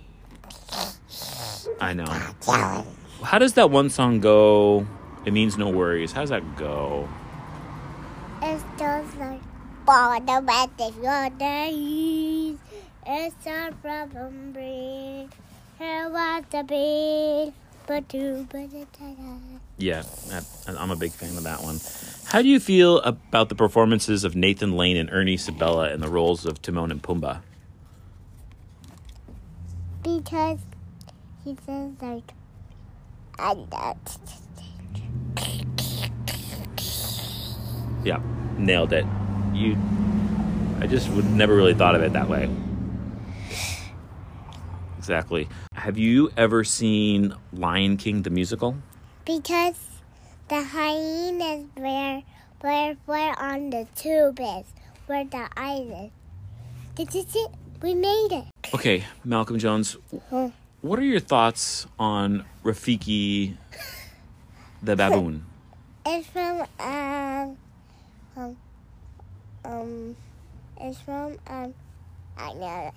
I know. How does that one song go? It means no worries. How does that go? It's just like bother with the days. It's a problem breed. Here was the bee, but two, but a ta-da. Yeah, that- I'm a big fan of that one. How do you feel about the performances of Nathan Lane and Ernie Sabella in the roles of Timon and Pumbaa? Because he says like, I'm not. Yeah, nailed it. You, I just would never really thought of it that way. Exactly. Have you ever seen Lion King the musical? Because the hyenas were were were on the tube is where the island. Did you see? We made it. Okay, Malcolm Jones, what are your thoughts on Rafiki the baboon? It's from um um um it's from um I know that.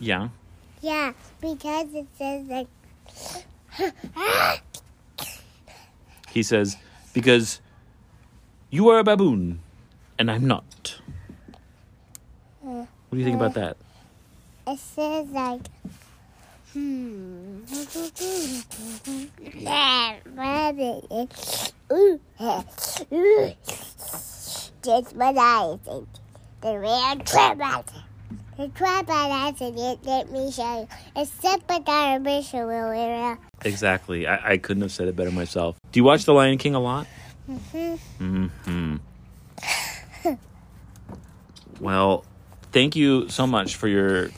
Yeah. Yeah, because it says like Ah! He says, because you are a baboon and I'm not. What do you think about that? it says like hmm Yeah, rabbit it ooh ooh just what I think. The real crab the crab I said it let me show you. Except for the mission will wear Exactly. I, I couldn't have said it better myself. Do you watch The Lion King a lot? hmm hmm Well, thank you so much for your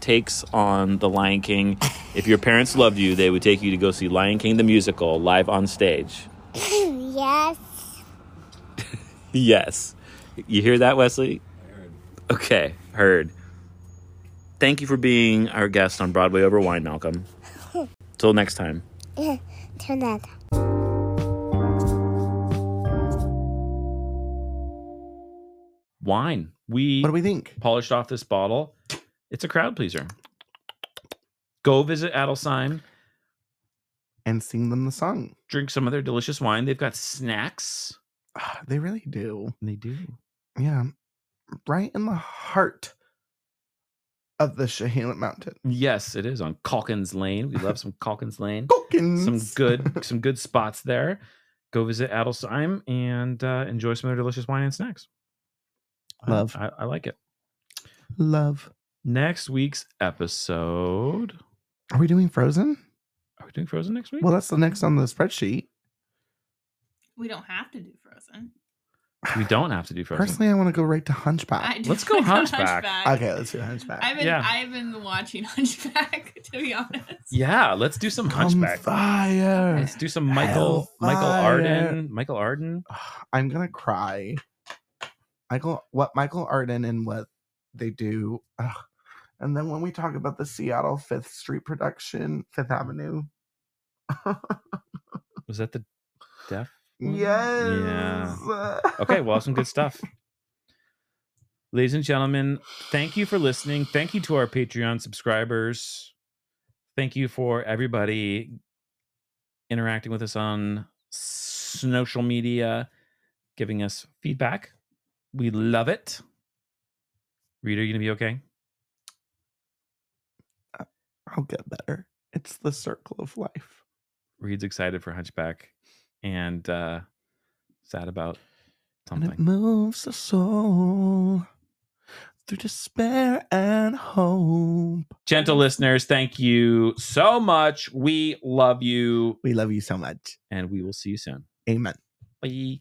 takes on The Lion King. If your parents loved you, they would take you to go see Lion King the musical live on stage. yes. Yes. You hear that, Wesley? Okay, heard. Thank you for being our guest on Broadway Over Wine, Malcolm. Till next time. Till next time. Wine. We, What do we think? polished off this bottle. It's a crowd pleaser. Go visit Adelsheim, And sing them the song. drink some of their delicious wine. They've got snacks. Ah, They really do. They do. Yeah. Right in the heart of the Chehalet Mountain. Yes, it is on Calkins Lane. We love some Calkins Lane. Calkins. some good some good spots there. Go visit Adelsheim and uh, enjoy some of their delicious wine and snacks. I- Love. I, I like it. love. Next week's episode. Are we doing Frozen? Are we doing Frozen next week? Well, that's the next on the spreadsheet. We don't have to do Frozen. we don't have to do Frozen. Personally, I want to go right to Hunchback. I do Uh, let's go wanna Hunchback. okay, let's do Hunchback. I've been Yeah. I've been watching Hunchback to be honest. yeah, let's do some Come Hunchback. fire. Let's do some Michael Michael Hellfire. Arden. Michael Arden. I'm gonna cry. Michael, what Michael Arden and what they do, ugh. and then when we talk about the Seattle Fifth Street production, Fifth Avenue, Was that the deaf? one? yes, Okay, well, some good stuff. Ladies and gentlemen, thank you for listening. Thank you to our Patreon subscribers. Thank you for everybody interacting with us on social media, giving us feedback. We love it. Reader, you gonna be okay? I'll get better. It's the circle of life. Reed's excited for Hunchback and uh sad about And it something. moves the soul through despair and hope. Gentle listeners, thank you so much. We love you. We love you so much. and we will see you soon. Amen. Bye.